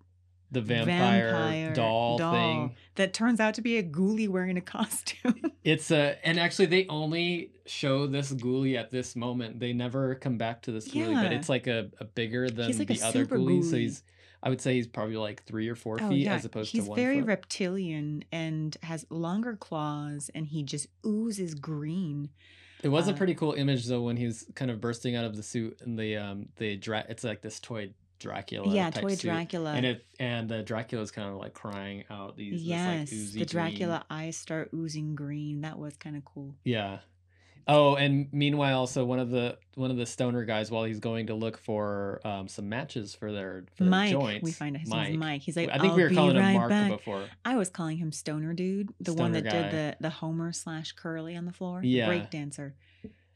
S3: The vampire,
S2: vampire
S3: doll,
S2: doll.
S3: thing.
S2: that turns out to be a ghoulie wearing a <laughs>
S3: <laughs>
S2: costume.
S3: It's a and actually they only show this ghoulie at this moment. They never come back to this ghoulie, but
S2: Yeah.
S3: it's like a, a bigger than
S2: like a
S3: the other
S2: super
S3: ghoulies. So
S2: ghoulie. Oh,
S3: he's I would say he's probably like three or four feet as opposed
S2: he's
S3: to one
S2: very
S3: foot.
S2: reptilian and has longer claws, and he just oozes green.
S3: It was a
S2: Uh,
S3: pretty cool image though when he was kind of bursting out of the suit and the um the dra- it's like this toy Dracula
S2: yeah,
S3: type
S2: toy
S3: suit.
S2: Dracula.
S3: and it and the Dracula's kind of like crying out these this,
S2: yes,
S3: like, oozy
S2: the
S3: green-
S2: Dracula eyes start oozing green. That was kind of cool.
S3: yeah oh and meanwhile so one of the one of the stoner guys while he's going to look for um some matches for their for their
S2: Mike,
S3: joints
S2: we find out his name's Mike. He's like,
S3: I think
S2: I'll
S3: we were
S2: be
S3: calling
S2: right
S3: him Mark
S2: back.
S3: before
S2: I was calling him Stoner Dude, the one
S3: Stoner
S2: that
S3: guy.
S2: did the the Homer slash Curly on the floor,
S3: Yeah.
S2: break dancer.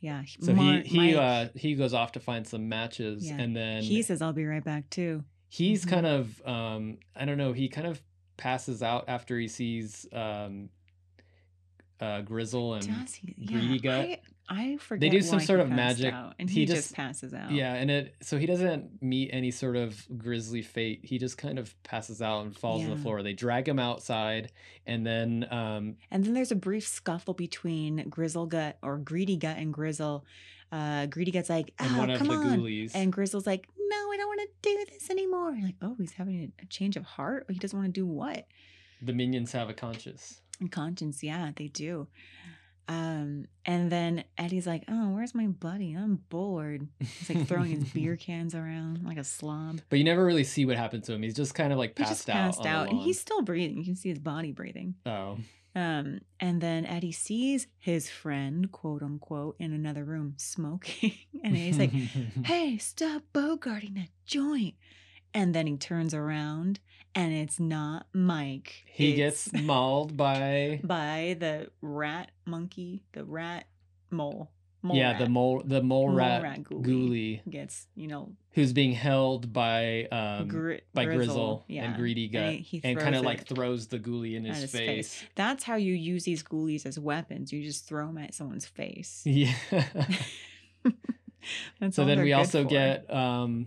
S2: Yeah, he-
S3: so
S2: Mark-
S3: he he
S2: Mike,
S3: uh he goes off to find some matches
S2: Yeah.
S3: and then
S2: he says, "I'll be right back too."
S3: he's
S2: Mhm.
S3: kind of um i don't know he kind of passes out after he sees um uh grizzle and
S2: Does he?
S3: Greedy
S2: Yeah,
S3: Gut.
S2: I, I forget.
S3: do some
S2: why
S3: sort
S2: he
S3: of
S2: passed
S3: magic.
S2: out, and
S3: He
S2: he, just,
S3: just-
S2: passes out.
S3: yeah and it so he doesn't meet any sort of grisly fate he just kind of passes out and falls on the
S2: Yeah.
S3: floor they drag him outside and then um
S2: and then there's a brief scuffle between Grizzle Gut or Greedy Gut and Grizzle. Uh, Greedy Gut's like,
S3: and
S2: "Oh,
S3: one of
S2: come
S3: the
S2: on!"
S3: ghoulies
S2: And Grizzle's like, "No, I don't want to do this anymore." You're like, oh, he's having a, a change of heart. He doesn't want to do what?
S3: the minions have
S2: <laughs>
S3: a conscience
S2: And conscience, yeah, they do. Um, and then Eddie's like, "Oh, where's my buddy? I'm bored." He's like throwing
S3: <laughs>
S2: his <laughs> beer cans around like a slob.
S3: but you never really see what happened to him he's just kind of like
S2: He
S3: passed
S2: just
S3: out on
S2: passed
S3: the
S2: out, and
S3: lawn.
S2: he's still breathing. You can see his body breathing.
S3: oh
S2: Um, and then Eddie sees his friend, quote unquote, in another room smoking, <laughs> and he's
S3: <laughs>
S2: like, "Hey, stop bogarting that joint!" And then he turns around, and it's not Mike.
S3: he
S2: It's-
S3: gets mauled by
S2: by the rat monkey, the rat mole. <laughs> mole
S3: yeah the
S2: rat
S3: mole the mole,
S2: Mole
S3: rat,
S2: rat
S3: ghoulie.
S2: ghoulie. gets you know
S3: who's being held by um
S2: grit,
S3: by grizzle,
S2: yeah.
S3: and greedy gut
S2: And
S3: and,
S2: he
S3: kind of
S2: throws
S3: like
S2: it
S3: throws the ghoulie in
S2: at
S3: his,
S2: his
S3: face.
S2: face. That's how you use these ghoulies as weapons. You just throw them at someone's face.
S3: <laughs> yeah
S2: That's
S3: so
S2: all
S3: then
S2: they're
S3: we
S2: good
S3: also
S2: for.
S3: get um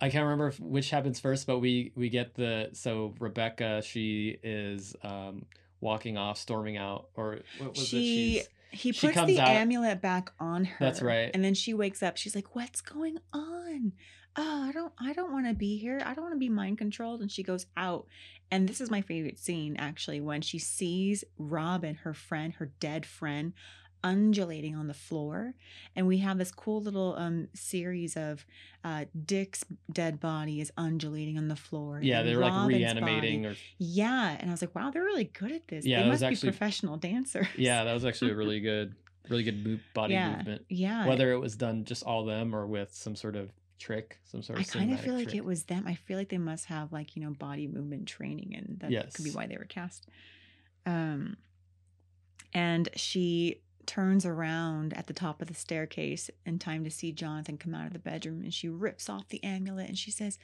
S3: i can't remember if, which happens first but we we get the so rebecca she is um walking off storming out or what was
S2: She-
S3: it She's-
S2: He
S3: she
S2: puts
S3: comes
S2: the
S3: out-
S2: amulet back on her.
S3: That's right.
S2: And then she wakes up. She's like, "What's going on? Oh, I don't, I don't want to be here. I don't want to be mind controlled." And she goes out. And this is my favorite scene, actually, when she sees Robin, her friend, her dead friend, undulating on the floor. And we have this cool little um series of uh, Dick's dead body is undulating on the floor.
S3: yeah
S2: and
S3: they're like
S2: Robin's
S3: reanimating
S2: body-
S3: or
S2: Yeah, and I was like, "Wow, they're really good at this.
S3: Yeah,
S2: they
S3: that was
S2: must
S3: actually-
S2: be professional dancers."
S3: yeah that was actually a really good really good mo- body
S2: Yeah.
S3: movement
S2: <laughs> Yeah.
S3: whether it was done just all them or with some sort of trick some sort
S2: I
S3: of
S2: kind of
S3: cinematic
S2: feel like
S3: trick.
S2: it was them. I feel like they must have like you know body movement training, and that could be
S3: Yes.
S2: why they were cast. Um, and she turns around at the top of the staircase in time to see Jonathan come out of the bedroom, and she rips off the amulet and she says,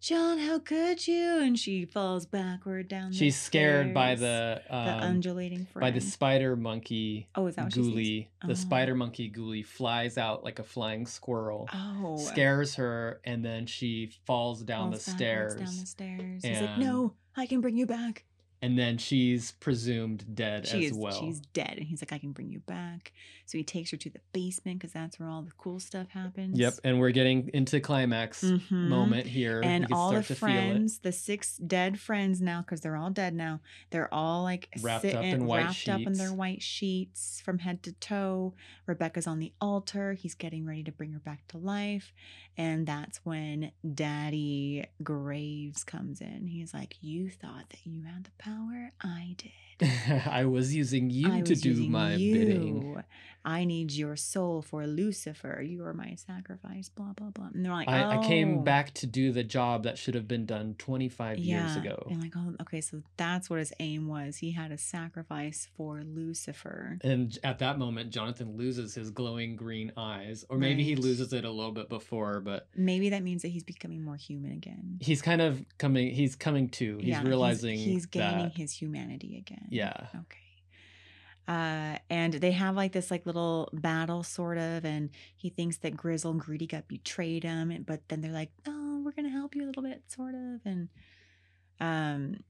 S2: "John, how could you?" And she falls backward down. the
S3: She's scared by
S2: stairs,
S3: the,
S2: the
S3: um,
S2: undulating friend.
S3: by the spider monkey
S2: oh, is that what she sees?
S3: ghoulie. The
S2: Oh.
S3: spider monkey ghoulie flies out like a flying squirrel,
S2: Oh,
S3: scares her, and then she falls down
S2: falls
S3: the
S2: backwards
S3: stairs.
S2: Down the stairs. He's like,
S3: and-
S2: "No, I can bring you back."
S3: and then she's presumed dead
S2: She
S3: as
S2: is,
S3: well.
S2: She's dead. And he's like, I can bring you back. So he takes her to the basement because that's where all the cool stuff happens.
S3: Yep, and we're getting into climax
S2: Mhm.
S3: moment here. You
S2: And
S3: can
S2: all the
S3: start to feel it.
S2: friends, the six dead friends now, because they're all dead now, they're all like
S3: Wrapped up
S2: sitting,
S3: in white
S2: wrapped up in their
S3: sheets.
S2: white sheets from head to toe. Rebecca's on the altar. He's getting ready to bring her back to life. And that's when Daddy Graves comes in. He's like, You thought that you had the power? I did.
S3: <laughs> I was using you
S2: I
S3: to
S2: was
S3: do
S2: using
S3: my bidding.
S2: you. I need your soul for Lucifer. You are my sacrifice, blah, blah, blah. And they're like,
S3: I, I
S2: "Oh."
S3: came back to do the job that should have been done 25 years ago.
S2: And like, oh, okay, so that's what his aim was. He had a sacrifice for Lucifer.
S3: And at that moment, Jonathan loses his glowing green eyes, or maybe he
S2: Right.
S3: loses it a little bit before, but
S2: Maybe that means that he's becoming more human again.
S3: he's kind of coming. He's coming to. He's
S2: Yeah,
S3: realizing
S2: he's, gaining
S3: that.
S2: his humanity again.
S3: yeah,
S2: Okay. Uh, and they have like this like little battle sort of, and he thinks that Grizzle and Greedy Gut betrayed him, and- but then they're like, "Oh, we're gonna help you a little bit, sort of." And um,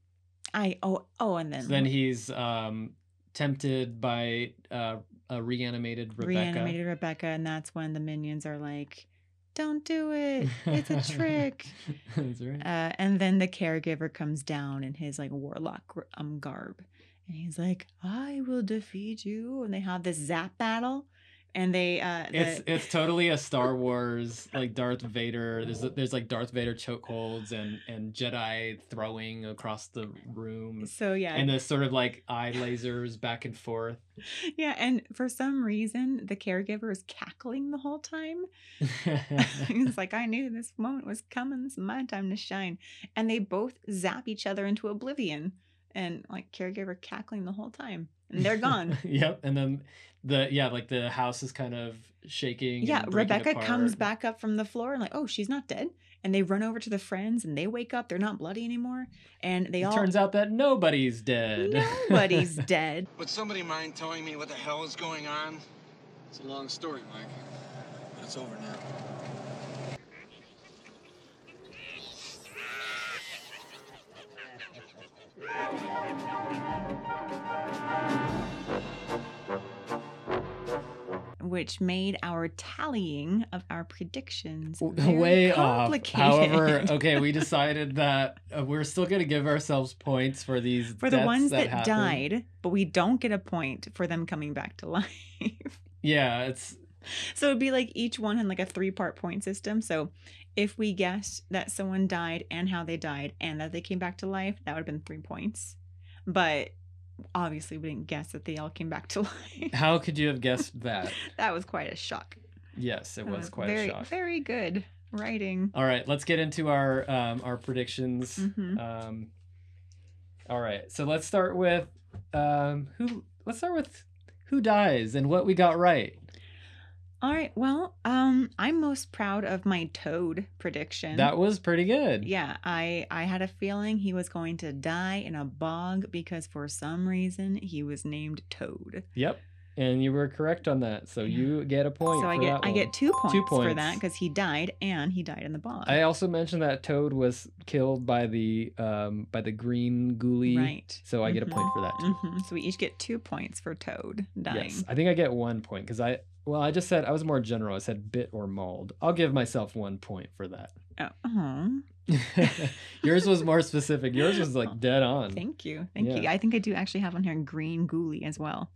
S2: I oh oh, and then
S3: So then he's um, tempted by uh, a reanimated Rebecca.
S2: reanimated Rebecca, and that's when the minions are like, "Don't do it! It's
S3: <laughs>
S2: a trick."
S3: That's right.
S2: Uh, and then the caregiver comes down in his like warlock gr- um garb, and he's like, "I will defeat you." And they have this zap battle, and they uh, the-
S3: It's it's totally a Star Wars like Darth Vader. There's there's like Darth Vader chokeholds and and Jedi throwing across the room.
S2: so yeah,
S3: And the sort of like eye lasers back and forth. <laughs>
S2: yeah, and for some reason the caregiver is cackling the whole
S3: <laughs>
S2: time. <laughs> He's like, I knew this moment was coming. It's my time to shine. And they both zap each other into oblivion and like caregiver cackling the whole time. And they're gone.
S3: <laughs> yep. And then the yeah, like the house is kind of shaking.
S2: yeah.
S3: and breaking
S2: Rebecca comes
S3: apart.
S2: back up from the floor and like, oh, she's not dead. And they run over to the friends and they wake up. They're not bloody anymore. And they
S3: It
S2: all <laughs>
S3: turns out that nobody's dead. <laughs>
S2: nobody's dead.
S5: Would somebody mind telling me what the hell is going on?
S6: It's a long story, Mike. But it's over now.
S2: which made our tallying of our predictions
S3: W-
S2: very
S3: way off.
S2: complicated.
S3: However, uh, okay, we decided that uh, we're still going to give ourselves points for these
S2: <laughs> for the
S3: deaths
S2: ones that,
S3: happened.
S2: died, but we don't get a point for them coming back to life.
S3: Yeah, it's
S2: so it'd be like each one in like a three part point system. So if we guessed that someone died and how they died and that they came back to life, that would have been three points. But obviously, we didn't guess that they all came back to <laughs> life.
S3: how could you have guessed
S2: <laughs>
S3: that?
S2: that was quite a shock.
S3: Yes, it
S2: Uh,
S3: was quite
S2: very,
S3: a shock.
S2: Very good writing.
S3: All right, let's get into our um, our predictions.
S2: Mhm.
S3: Um, all right, so let's start with um, who. Let's start with who dies and what we got right.
S2: All right. Well, um, I'm most proud of my toad prediction.
S3: That was pretty good.
S2: yeah, I I had a feeling he was going to die in a bog because for some reason he was named Toad.
S3: Yep. And you were correct on that, so
S2: Yeah.
S3: you get a point.
S2: so I
S3: for
S2: get
S3: that
S2: I
S3: one.
S2: get two points, for that
S3: points.
S2: because he died and he died in the bog.
S3: I also mentioned that Toad was killed by the um by the green ghoulie.
S2: right.
S3: So I get a point
S2: Mhm.
S3: for that too.
S2: Mhm. So we each get two points for Toad dying.
S3: Yes. I think I get one point because I well, I just said I was more general. I said bit or mauled. I'll give myself one point
S2: <laughs>
S3: for that. <laughs>
S2: Oh,
S3: Um,
S2: aw.
S3: Yours was more specific. Yours was like dead on.
S2: Thank you. Thank you.
S3: Yeah.
S2: I think I do actually have on here green ghoulie as well.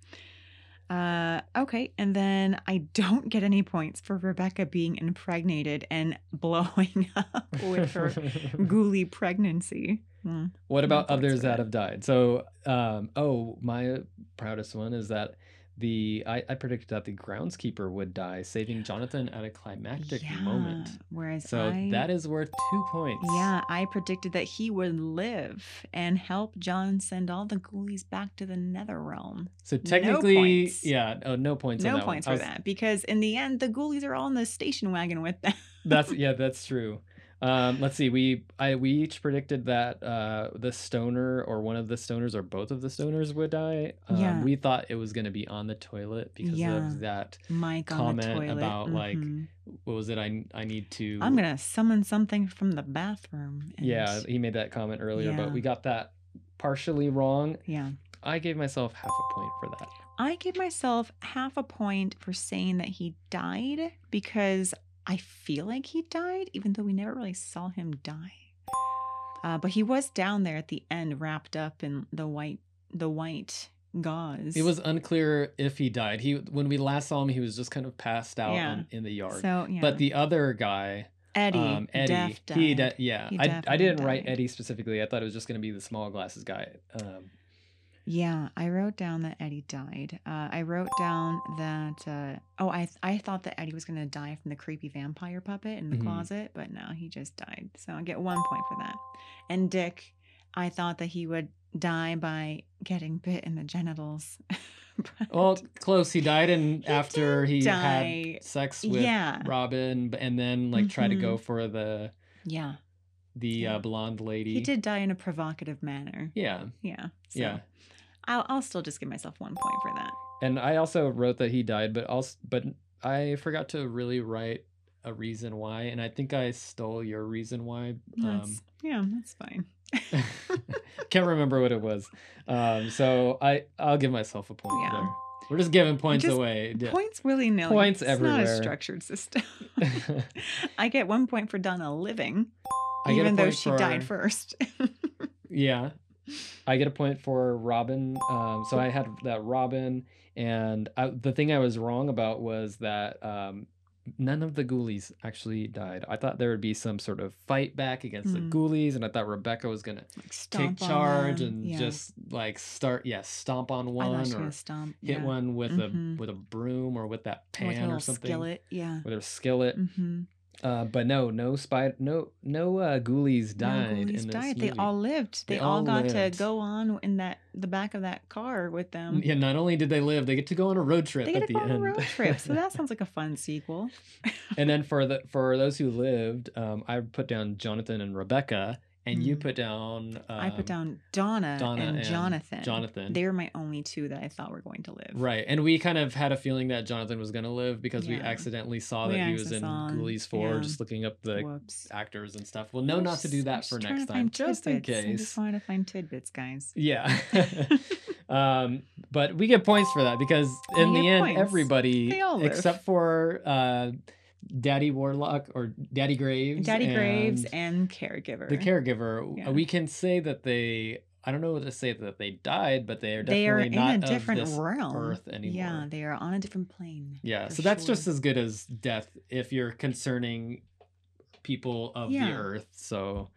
S2: Uh, okay. And then I don't get any points for Rebecca being impregnated and <laughs> blowing up with
S3: <laughs>
S2: her ghoulie pregnancy. Hmm.
S3: what about
S2: points
S3: others
S2: for
S3: that
S2: that.
S3: have died? So, um, oh, my proudest one is that the I, I predicted that the groundskeeper would die, saving Jonathan at a climactic moment.
S2: Yeah, Whereas
S3: So
S2: I,
S3: that is worth two points.
S2: Yeah, I predicted that he would live and help John send all the ghoulies back to the nether realm.
S3: So technically,
S2: points.
S3: yeah, oh, no points. on
S2: no
S3: that one.
S2: points
S3: I
S2: for
S3: was-
S2: that because in the end, the ghoulies are all in the station wagon with them.
S3: <laughs>
S2: <laughs>
S3: That's yeah, that's true. Um, let's see. We I we each predicted that uh, the stoner or one of the stoners or both of the stoners would die. Um,
S2: Yeah.
S3: We thought it was going to be on the toilet because
S2: Yeah.
S3: of that.
S2: Mike on the
S3: Comment
S2: toilet.
S3: about, like,
S2: Mhm.
S3: What was it? I I need to.
S2: I'm gonna summon something from the bathroom. and-
S3: Yeah, he made that comment earlier,
S2: Yeah.
S3: but we got that partially wrong.
S2: Yeah.
S3: I gave myself half a point for that.
S2: I give myself half a point for saying that he died because I feel like he died, even though we never really saw him die. Uh, but he was down there at the end, wrapped up in the white, the white gauze.
S3: It was unclear if he died. He when we last saw him, he was just kind of passed out
S2: Yeah.
S3: on, in the yard.
S2: so, yeah.
S3: But the other guy,
S2: Eddie,
S3: um, Eddie,
S2: Def died.
S3: he de- yeah,
S2: He
S3: I, I
S2: definitely
S3: didn't write
S2: died.
S3: Eddie specifically. I thought it was just gonna be the small glasses guy. Um,
S2: Yeah, I wrote down that Eddie died. Uh, I wrote down that uh, oh, I I thought that Eddie was gonna die from the creepy vampire puppet in the
S3: Mhm.
S2: closet, but no, he just died. So I get one point for that. And Dick, I thought that he would die by getting bit in the genitals. <laughs> but
S3: well, close. He died, and
S2: He
S3: after
S2: did
S3: he
S2: die.
S3: had sex with
S2: yeah,
S3: Robin, b- and then like tried to go for the
S2: yeah,
S3: the
S2: Yeah.
S3: uh, blonde lady.
S2: he did die in a provocative manner.
S3: Yeah,
S2: Yeah, so
S3: yeah.
S2: I'll I'll still just give myself one point for that.
S3: And I also wrote that he died, but also, but I forgot to really write a reason why, and I think I stole your reason why. Um,
S2: That's, <laughs> yeah, that's fine.
S3: <laughs> can't remember what it was. Um, so I I'll give myself a point.
S2: Yeah.
S3: There. We're just giving points
S2: Just
S3: away. yeah.
S2: Points willy nilly.
S3: Points
S2: it's Not a
S3: everywhere.
S2: structured
S3: <laughs>
S2: system. <laughs> I get one point for Donna living,
S3: I get a
S2: even though
S3: point
S2: she died first. <laughs>
S3: Yeah. I get a point for Robin. Um, so I had that Robin, and I, the thing I was wrong about was that um, none of the ghoulies actually died. I thought there would be some sort of fight back
S2: Mm.
S3: against the ghoulies, and I thought Rebecca was gonna
S2: like stomp
S3: take
S2: on
S3: charge
S2: them.
S3: and
S2: Yeah.
S3: just like start, yeah, stomp on
S2: I thought
S3: one
S2: she
S3: or
S2: was stomp.
S3: hit
S2: yeah.
S3: one with
S2: Mhm.
S3: a with a broom or with that
S2: Or with a
S3: pan
S2: little
S3: or something
S2: skillet. Yeah.
S3: with her skillet.
S2: Mm-hmm.
S3: Uh, but no, no spider, no no uh, ghoulies died. in this
S2: died. They
S3: movie.
S2: all lived. They,
S3: They
S2: all,
S3: all
S2: got
S3: lived. Mm,
S2: to go on in that the back of that car with them.
S3: Yeah, not only did they live, they get to go on a road trip
S2: They
S3: at
S2: get to
S3: the
S2: go on
S3: end.
S2: a road trip. So that sounds like a fun sequel.
S3: <laughs> and then for the for those who lived, um, I put down Jonathan and Rebecca, and you
S2: Mm.
S3: put down um,
S2: I put down Donna,
S3: Donna
S2: and,
S3: and
S2: Jonathan.
S3: Jonathan.
S2: They were my only two that I thought were going to live.
S3: right, and we kind of had a feeling that Jonathan was gonna live because we
S2: Yeah.
S3: accidentally saw
S2: We
S3: that he was
S2: accidentally
S3: in
S2: saw him,
S3: Ghoulies Four,
S2: yeah.
S3: just looking up the
S2: Whoops.
S3: actors and stuff. Well, no,
S2: I'm
S3: not to do
S2: just- I'm
S3: that
S2: just
S3: for
S2: trying
S3: next
S2: to
S3: time,
S2: find
S3: just in
S2: tidbits. I'm just
S3: case.
S2: trying to find tidbits, guys. <laughs>
S3: Yeah. <laughs> um, but we get points for that because in
S2: We
S3: the
S2: get
S3: end,
S2: points.
S3: everybody
S2: They all live.
S3: except for uh, Daddy Warlock or Daddy Graves,
S2: Daddy Graves
S3: and
S2: and caregiver.
S3: the caregiver,
S2: Yeah.
S3: we can say that they. I don't know what to say that they died, but they are definitely
S2: they are in
S3: not
S2: a different
S3: of this
S2: realm.
S3: Earth anymore.
S2: Yeah, they are on a different plane.
S3: Yeah,
S2: for
S3: so that's
S2: sure.
S3: just as good as death if you're concerning people of the
S2: Yeah.
S3: earth. So,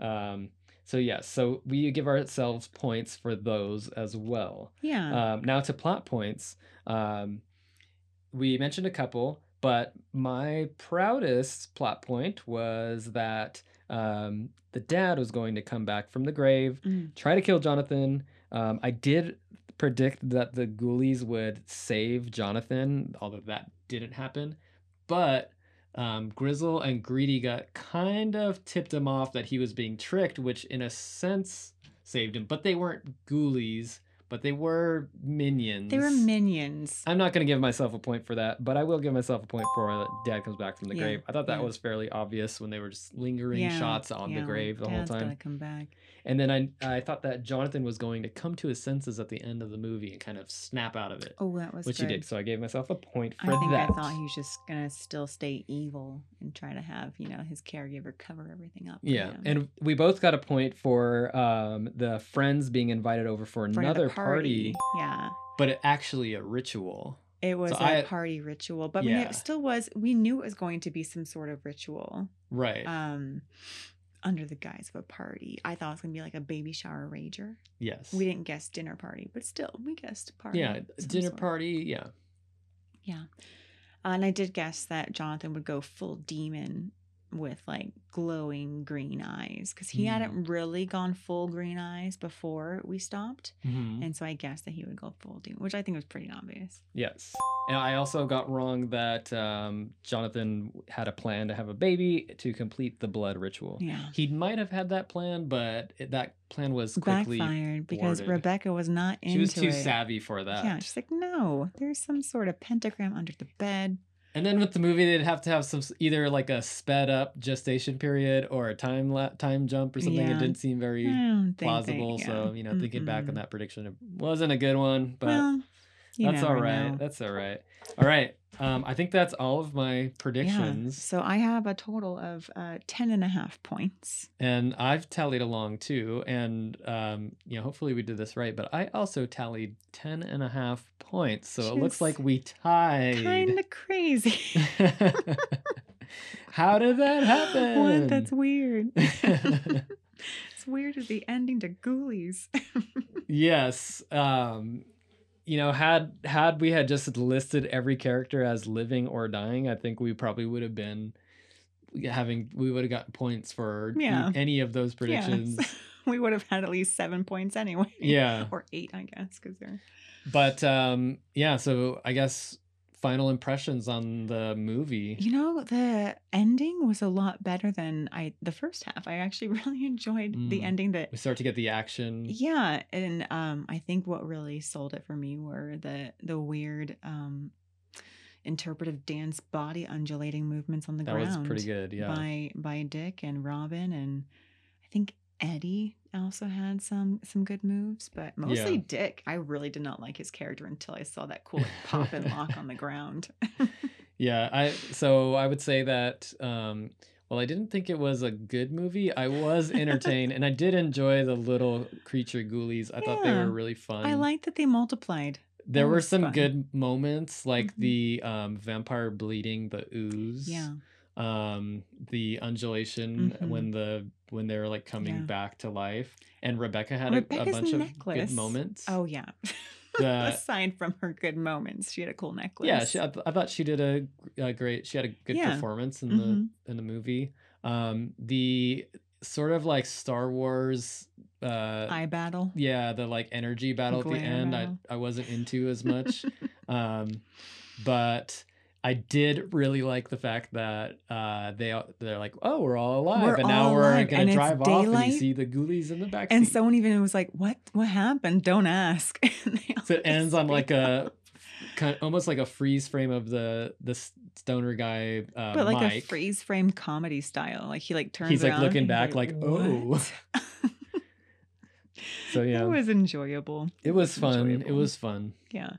S3: um, so yeah, so we give ourselves points for those as well.
S2: Yeah.
S3: Um, now to plot points, um, we mentioned a couple, but my proudest plot point was that um, the dad was going to come back from the grave,
S2: Mm.
S3: try to kill Jonathan. Um, I did predict that the ghoulies would save Jonathan, although that didn't happen. But um, Grizzle and Greedy got kind of tipped him off that he was being tricked, which in a sense saved him. But they weren't ghoulies, but they were minions.
S2: they were minions.
S3: I'm not going to give myself a point for that, but I will give myself a point for that dad comes back from the
S2: Yeah,
S3: grave. I thought that
S2: yeah.
S3: was fairly obvious when they were just lingering
S2: Yeah,
S3: shots on
S2: yeah,
S3: the
S2: like,
S3: grave the
S2: Dad's
S3: whole time.
S2: Gotta come back.
S3: And then I I thought that Jonathan was going to come to his senses at the end of the movie and kind of snap out of it,
S2: Oh, that was
S3: which
S2: good.
S3: he did. So I gave myself a point for
S2: I think
S3: that.
S2: I thought he was just gonna still stay evil and try to have you know his caregiver cover everything up. for
S3: yeah,
S2: him.
S3: and we both got a point for um, the friends being invited over for
S2: For
S3: another party,
S2: Yeah,
S3: but it actually a ritual.
S2: it was a
S3: I-
S2: party ritual, but I mean,
S3: Yeah.
S2: it still was. We knew it was going to be some sort of ritual.
S3: Right.
S2: um under the guise of a party. I thought it was gonna be like a baby shower rager.
S3: yes.
S2: We didn't guess dinner party, but still we guessed party.
S3: yeah,
S2: of some
S3: dinner
S2: sort.
S3: party. Yeah.
S2: Yeah. Uh, and I did guess that Jonathan would go full demon with like glowing green eyes because he
S3: Mm.
S2: hadn't really gone full green eyes before we stopped.
S3: Mm-hmm. Mm.
S2: And so I guessed that he would go full demon, which I think was pretty obvious.
S3: Yes. And I also got wrong that um, Jonathan had a plan to have a baby to complete the blood ritual.
S2: Yeah.
S3: He might have had that plan, but it, that plan was quickly
S2: Backfired because
S3: thwarted.
S2: Rebecca was not into
S3: She was too
S2: it.
S3: savvy for that.
S2: Yeah, she's like, no, there's some sort of pentagram under the bed.
S3: And then with the movie, they'd have to have some s- either like a sped up gestation period or a time la- time jump or something.
S2: Yeah.
S3: It didn't seem very
S2: don't Hmm, think they-
S3: plausible.
S2: yeah.
S3: So you know, thinking back
S2: Mhm.
S3: on that prediction, it wasn't a good one, but
S2: well, you
S3: that's all
S2: never
S3: right.
S2: know.
S3: That's all right. All right. Um, I think that's all of my
S2: Yeah.
S3: predictions,
S2: So I have a total of uh, 10 and a half points.
S3: and I've tallied along too. And um, you know, hopefully we did this right. But I also tallied 10 and a half points, so it looks
S2: Just
S3: like we tied.
S2: Kind of crazy.
S3: <laughs> How did <laughs> that happen?
S2: What? That's
S3: <laughs>
S2: weird. <laughs> It's weird as the ending to Ghoulies. <laughs>
S3: yes. Um, you know, had had we had just listed every character as living or dying, I think we probably would have been having we would have gotten points for e-
S2: Yeah.
S3: any of those predictions.
S2: Yes. we would have had at least seven points anyway.
S3: Yeah.
S2: Or eight, I guess, because they're.
S3: But um, yeah, so I guess final impressions on the movie.
S2: You know, the ending was a lot better than I the first half. I actually <laughs> really enjoyed the
S3: Mm.
S2: ending that
S3: We start to get the action.
S2: Yeah, and um, I think what really sold it for me were the the weird um, interpretive dance body undulating movements on the
S3: that
S2: ground.
S3: was pretty good. Yeah.
S2: By by Dick and Robin and I think Eddie also had some some good moves, but mostly
S3: Yeah.
S2: Dick. I really did not like his character until I saw that cool like, pop and lock
S3: <laughs>
S2: on the ground. <laughs>
S3: Yeah, I so I would say that um well I didn't think it was a good movie.
S2: <laughs>
S3: I was entertained and I did enjoy the little creature ghoulies. I thought they
S2: Yeah,
S3: were really fun.
S2: I like that they multiplied.
S3: there
S2: that
S3: were
S2: was
S3: some
S2: fun.
S3: good moments like
S2: Mhm.
S3: the um vampire bleeding the ooze.
S2: Yeah,
S3: Um the undulation
S2: Mhm.
S3: when the when they were like coming
S2: Yeah.
S3: back to life. And Rebecca had a, a
S2: Rebecca's
S3: bunch of
S2: necklace.
S3: good moments.
S2: Oh yeah. <laughs>
S3: The-
S2: Aside from her good moments, she had a cool necklace.
S3: Yeah, she, I, th- I thought she did a, a great. She had a good
S2: Yeah.
S3: performance in
S2: Mhm.
S3: the in the movie. Um, the sort of like Star Wars, uh,
S2: eye battle.
S3: yeah, the like energy battle at
S2: glare
S3: the end.
S2: battle.
S3: I I wasn't
S2: <laughs>
S3: into as much, um, but I did really like the fact that uh, they all- they're like, oh, we're all alive,
S2: We're
S3: and now
S2: all
S3: we're
S2: alive,
S3: gonna
S2: and it's
S3: drive off, and
S2: daylight."
S3: you see the ghoulies in the back,
S2: And someone even was like, "What? What happened? Don't ask." <laughs> And they
S3: So it
S2: all
S3: ends on
S2: just
S3: like
S2: freak
S3: a
S2: out.
S3: kind almost like a freeze frame of the the s- stoner guy.
S2: <laughs>
S3: Uh,
S2: but like a
S3: Mike.
S2: freeze frame comedy style. Like he like turns.
S3: He's, like,
S2: around
S3: looking
S2: and
S3: back, like, "Oh."
S2: "What?"
S3: So
S2: <laughs>
S3: yeah,
S2: it was enjoyable.
S3: fun. It
S2: enjoyable.
S3: was fun.
S2: yeah.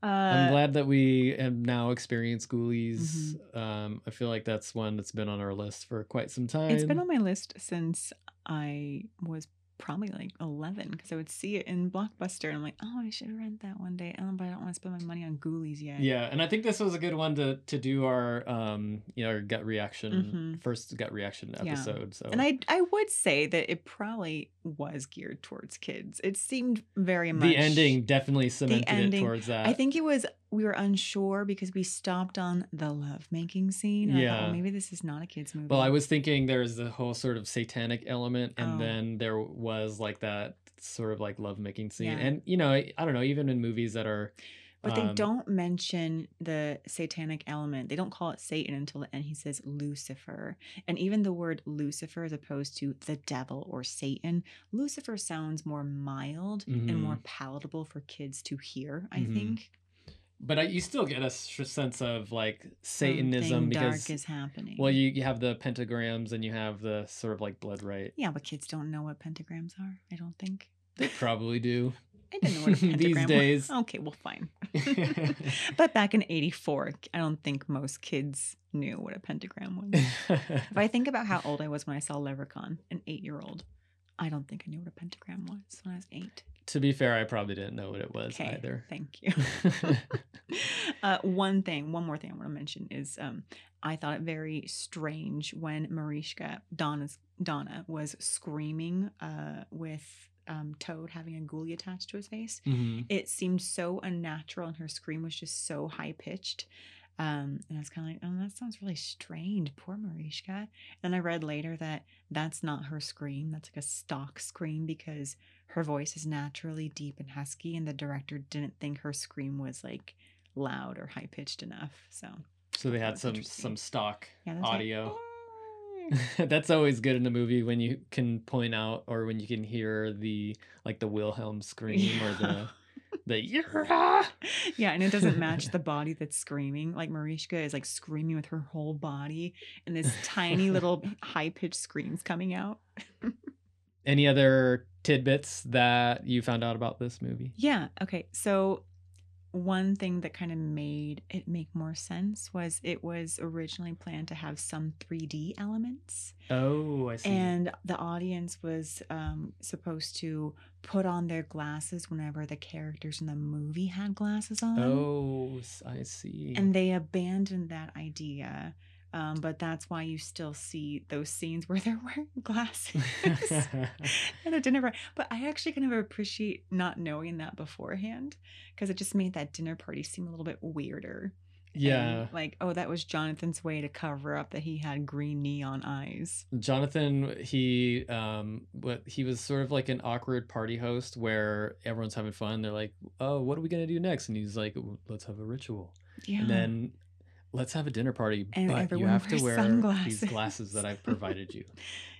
S2: Uh,
S3: I'm glad that we have now experienced Ghoulies.
S2: Mm-hmm.
S3: Um, I feel like that's one that's been on our list for quite some time.
S2: it's been on my list since I was probably like 11 because I would see it in Blockbuster and I'm like, oh, I should rent that one day. Oh, but I don't want to spend my money on Ghoulies yet.
S3: yeah, and I think this was a good one to to do our um you know our gut reaction
S2: Mhm.
S3: first gut reaction
S2: Yeah.
S3: episode. So
S2: And I I would say that it probably was geared towards kids. It seemed very much
S3: the ending uh definitely cemented
S2: ending-
S3: it towards that.
S2: I think it was we were unsure because we stopped on the lovemaking scene. and I thought, well,
S3: Yeah.
S2: maybe this is not a kids movie.
S3: Well, I was thinking there's the whole sort of satanic element, and
S2: Oh.
S3: then there was like that sort of like lovemaking scene,
S2: Yeah.
S3: and you know, I, I don't know, even in movies that are,
S2: but they
S3: um,
S2: don't mention the satanic element. They don't call it Satan until the end. He says Lucifer, and even the word Lucifer, as opposed to the devil or Satan, Lucifer sounds more mild and
S3: Mm-hmm.
S2: more palatable for kids to hear. I
S3: Mhm.
S2: think
S3: But I, you still get a s- sense of like
S2: Something
S3: Satanism
S2: dark
S3: because
S2: is happening.
S3: well, you you have the pentagrams and you have the sort of like blood rite.
S2: yeah, but kids don't know what pentagrams are. I don't think.
S3: They probably
S2: <laughs>
S3: do.
S2: I didn't know what a
S3: <laughs> These
S2: pentagram was.
S3: days.
S2: Okay, well,
S3: <laughs>
S2: fine. <laughs> but back in 84, I don't think most kids knew what a pentagram
S3: <laughs>
S2: was. If I think about how old I was when I saw Leprechaun, an eight year old, I don't think I knew what a pentagram was when I was eight.
S3: to be fair, I probably didn't know what it was
S2: Okay, <laughs>
S3: either. <laughs>
S2: thank you. <laughs> uh, one thing, one more thing I want to mention is um, I thought it very strange when Marishka, Donna's, Donna, was screaming uh, with um, Toad having a ghoulie attached to his face
S3: Mhm.
S2: it seemed so unnatural and her scream was just so high pitched. Um, and I was kind of like, oh, that sounds really strange. Poor Marishka. And then I read later that that's not her scream. That's like a stock scream because her voice is naturally deep and husky, and the director didn't think her scream was like loud or high pitched enough. So
S3: So they
S2: That
S3: had
S2: was
S3: some
S2: interesting.
S3: some stock
S2: yeah, that's like,
S3: audio. <laughs>
S2: "Mm."
S3: That's always good in a movie when you can point out or when you can hear the like the Wilhelm scream or
S2: <laughs> Yeah.
S3: the the yeah.
S2: Yeah, and it doesn't match the body that's screaming. Like Marishka is like screaming with her whole body, and this tiny little high pitched screams coming out.
S3: Any other tidbits that you found out about this movie?
S2: Yeah. Okay. So one thing that kind of made it make more sense was it was originally planned to have some 3D elements.
S3: Oh, I see.
S2: And the audience was um, supposed to put on their glasses whenever the characters in the movie had glasses on.
S3: oh, s- I see.
S2: um, And <laughs> they abandoned that idea. Um, but that's why you still see those scenes <laughs> where they're
S3: <laughs>
S2: wearing glasses at a dinner party. But I actually kind of appreciate not knowing that beforehand because it just made that dinner party seem a little bit weirder. And,
S3: yeah.
S2: like, oh, that was Jonathan's way to cover up that he had green neon eyes.
S3: <laughs> Jonathan, he um, what he was sort of like an awkward party host where everyone's having fun. They're like, "Oh, what are we gonna do next?" And he's like, "W- "Let's have a ritual,
S2: Yeah. <laughs>
S3: and then let's have a dinner party,
S2: And
S3: but you
S2: everyone
S3: have to
S2: wears
S3: wear
S2: sunglasses."
S3: these glasses that
S2: <laughs>
S3: I've provided you."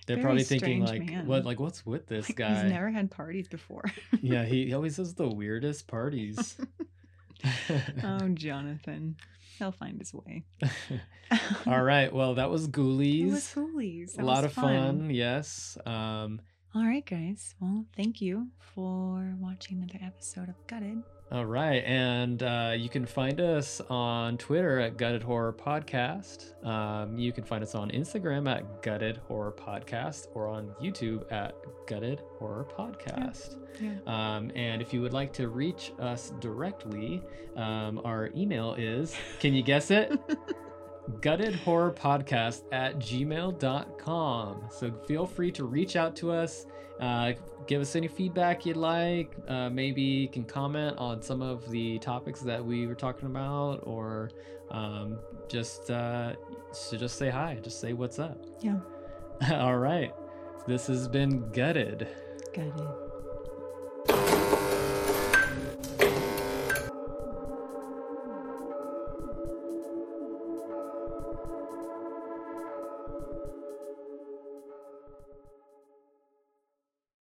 S3: They're
S2: Very
S3: probably thinking like,
S2: strange man.
S3: "What? Like, what's with this
S2: Like,
S3: guy?"
S2: He's never had parties
S3: <laughs>
S2: before.
S3: yeah, he, he always has the
S2: <laughs>
S3: weirdest parties. <laughs>
S2: oh, Jonathan. He'll find his way.
S3: All right, well, that
S2: <laughs>
S3: was
S2: It
S3: Ghoulies.
S2: was Hoolies.
S3: a
S2: That
S3: lot
S2: was
S3: of fun. yes. Um,
S2: All right, guys. Well, thank you for watching another episode of Gutted.
S3: All right, and uh, you can find us on Twitter at Gutted Horror Podcast. Um, you can find us on Instagram at Gutted Horror Podcast or on YouTube at Gutted Horror Podcast.
S2: Yeah.
S3: Um, and if you would like to reach us directly, um, our email is can you
S2: <laughs>
S3: guess it? Gutted Horror Podcast at gmail.com. So feel free to reach out to us. Uh, give us any feedback you'd like. Uh, maybe you can comment on some of the topics that we were talking about, or um, just uh, so just say hi. Just say what's up. <laughs>
S2: Yeah.
S3: All right. This has been gutted.
S2: Gutted.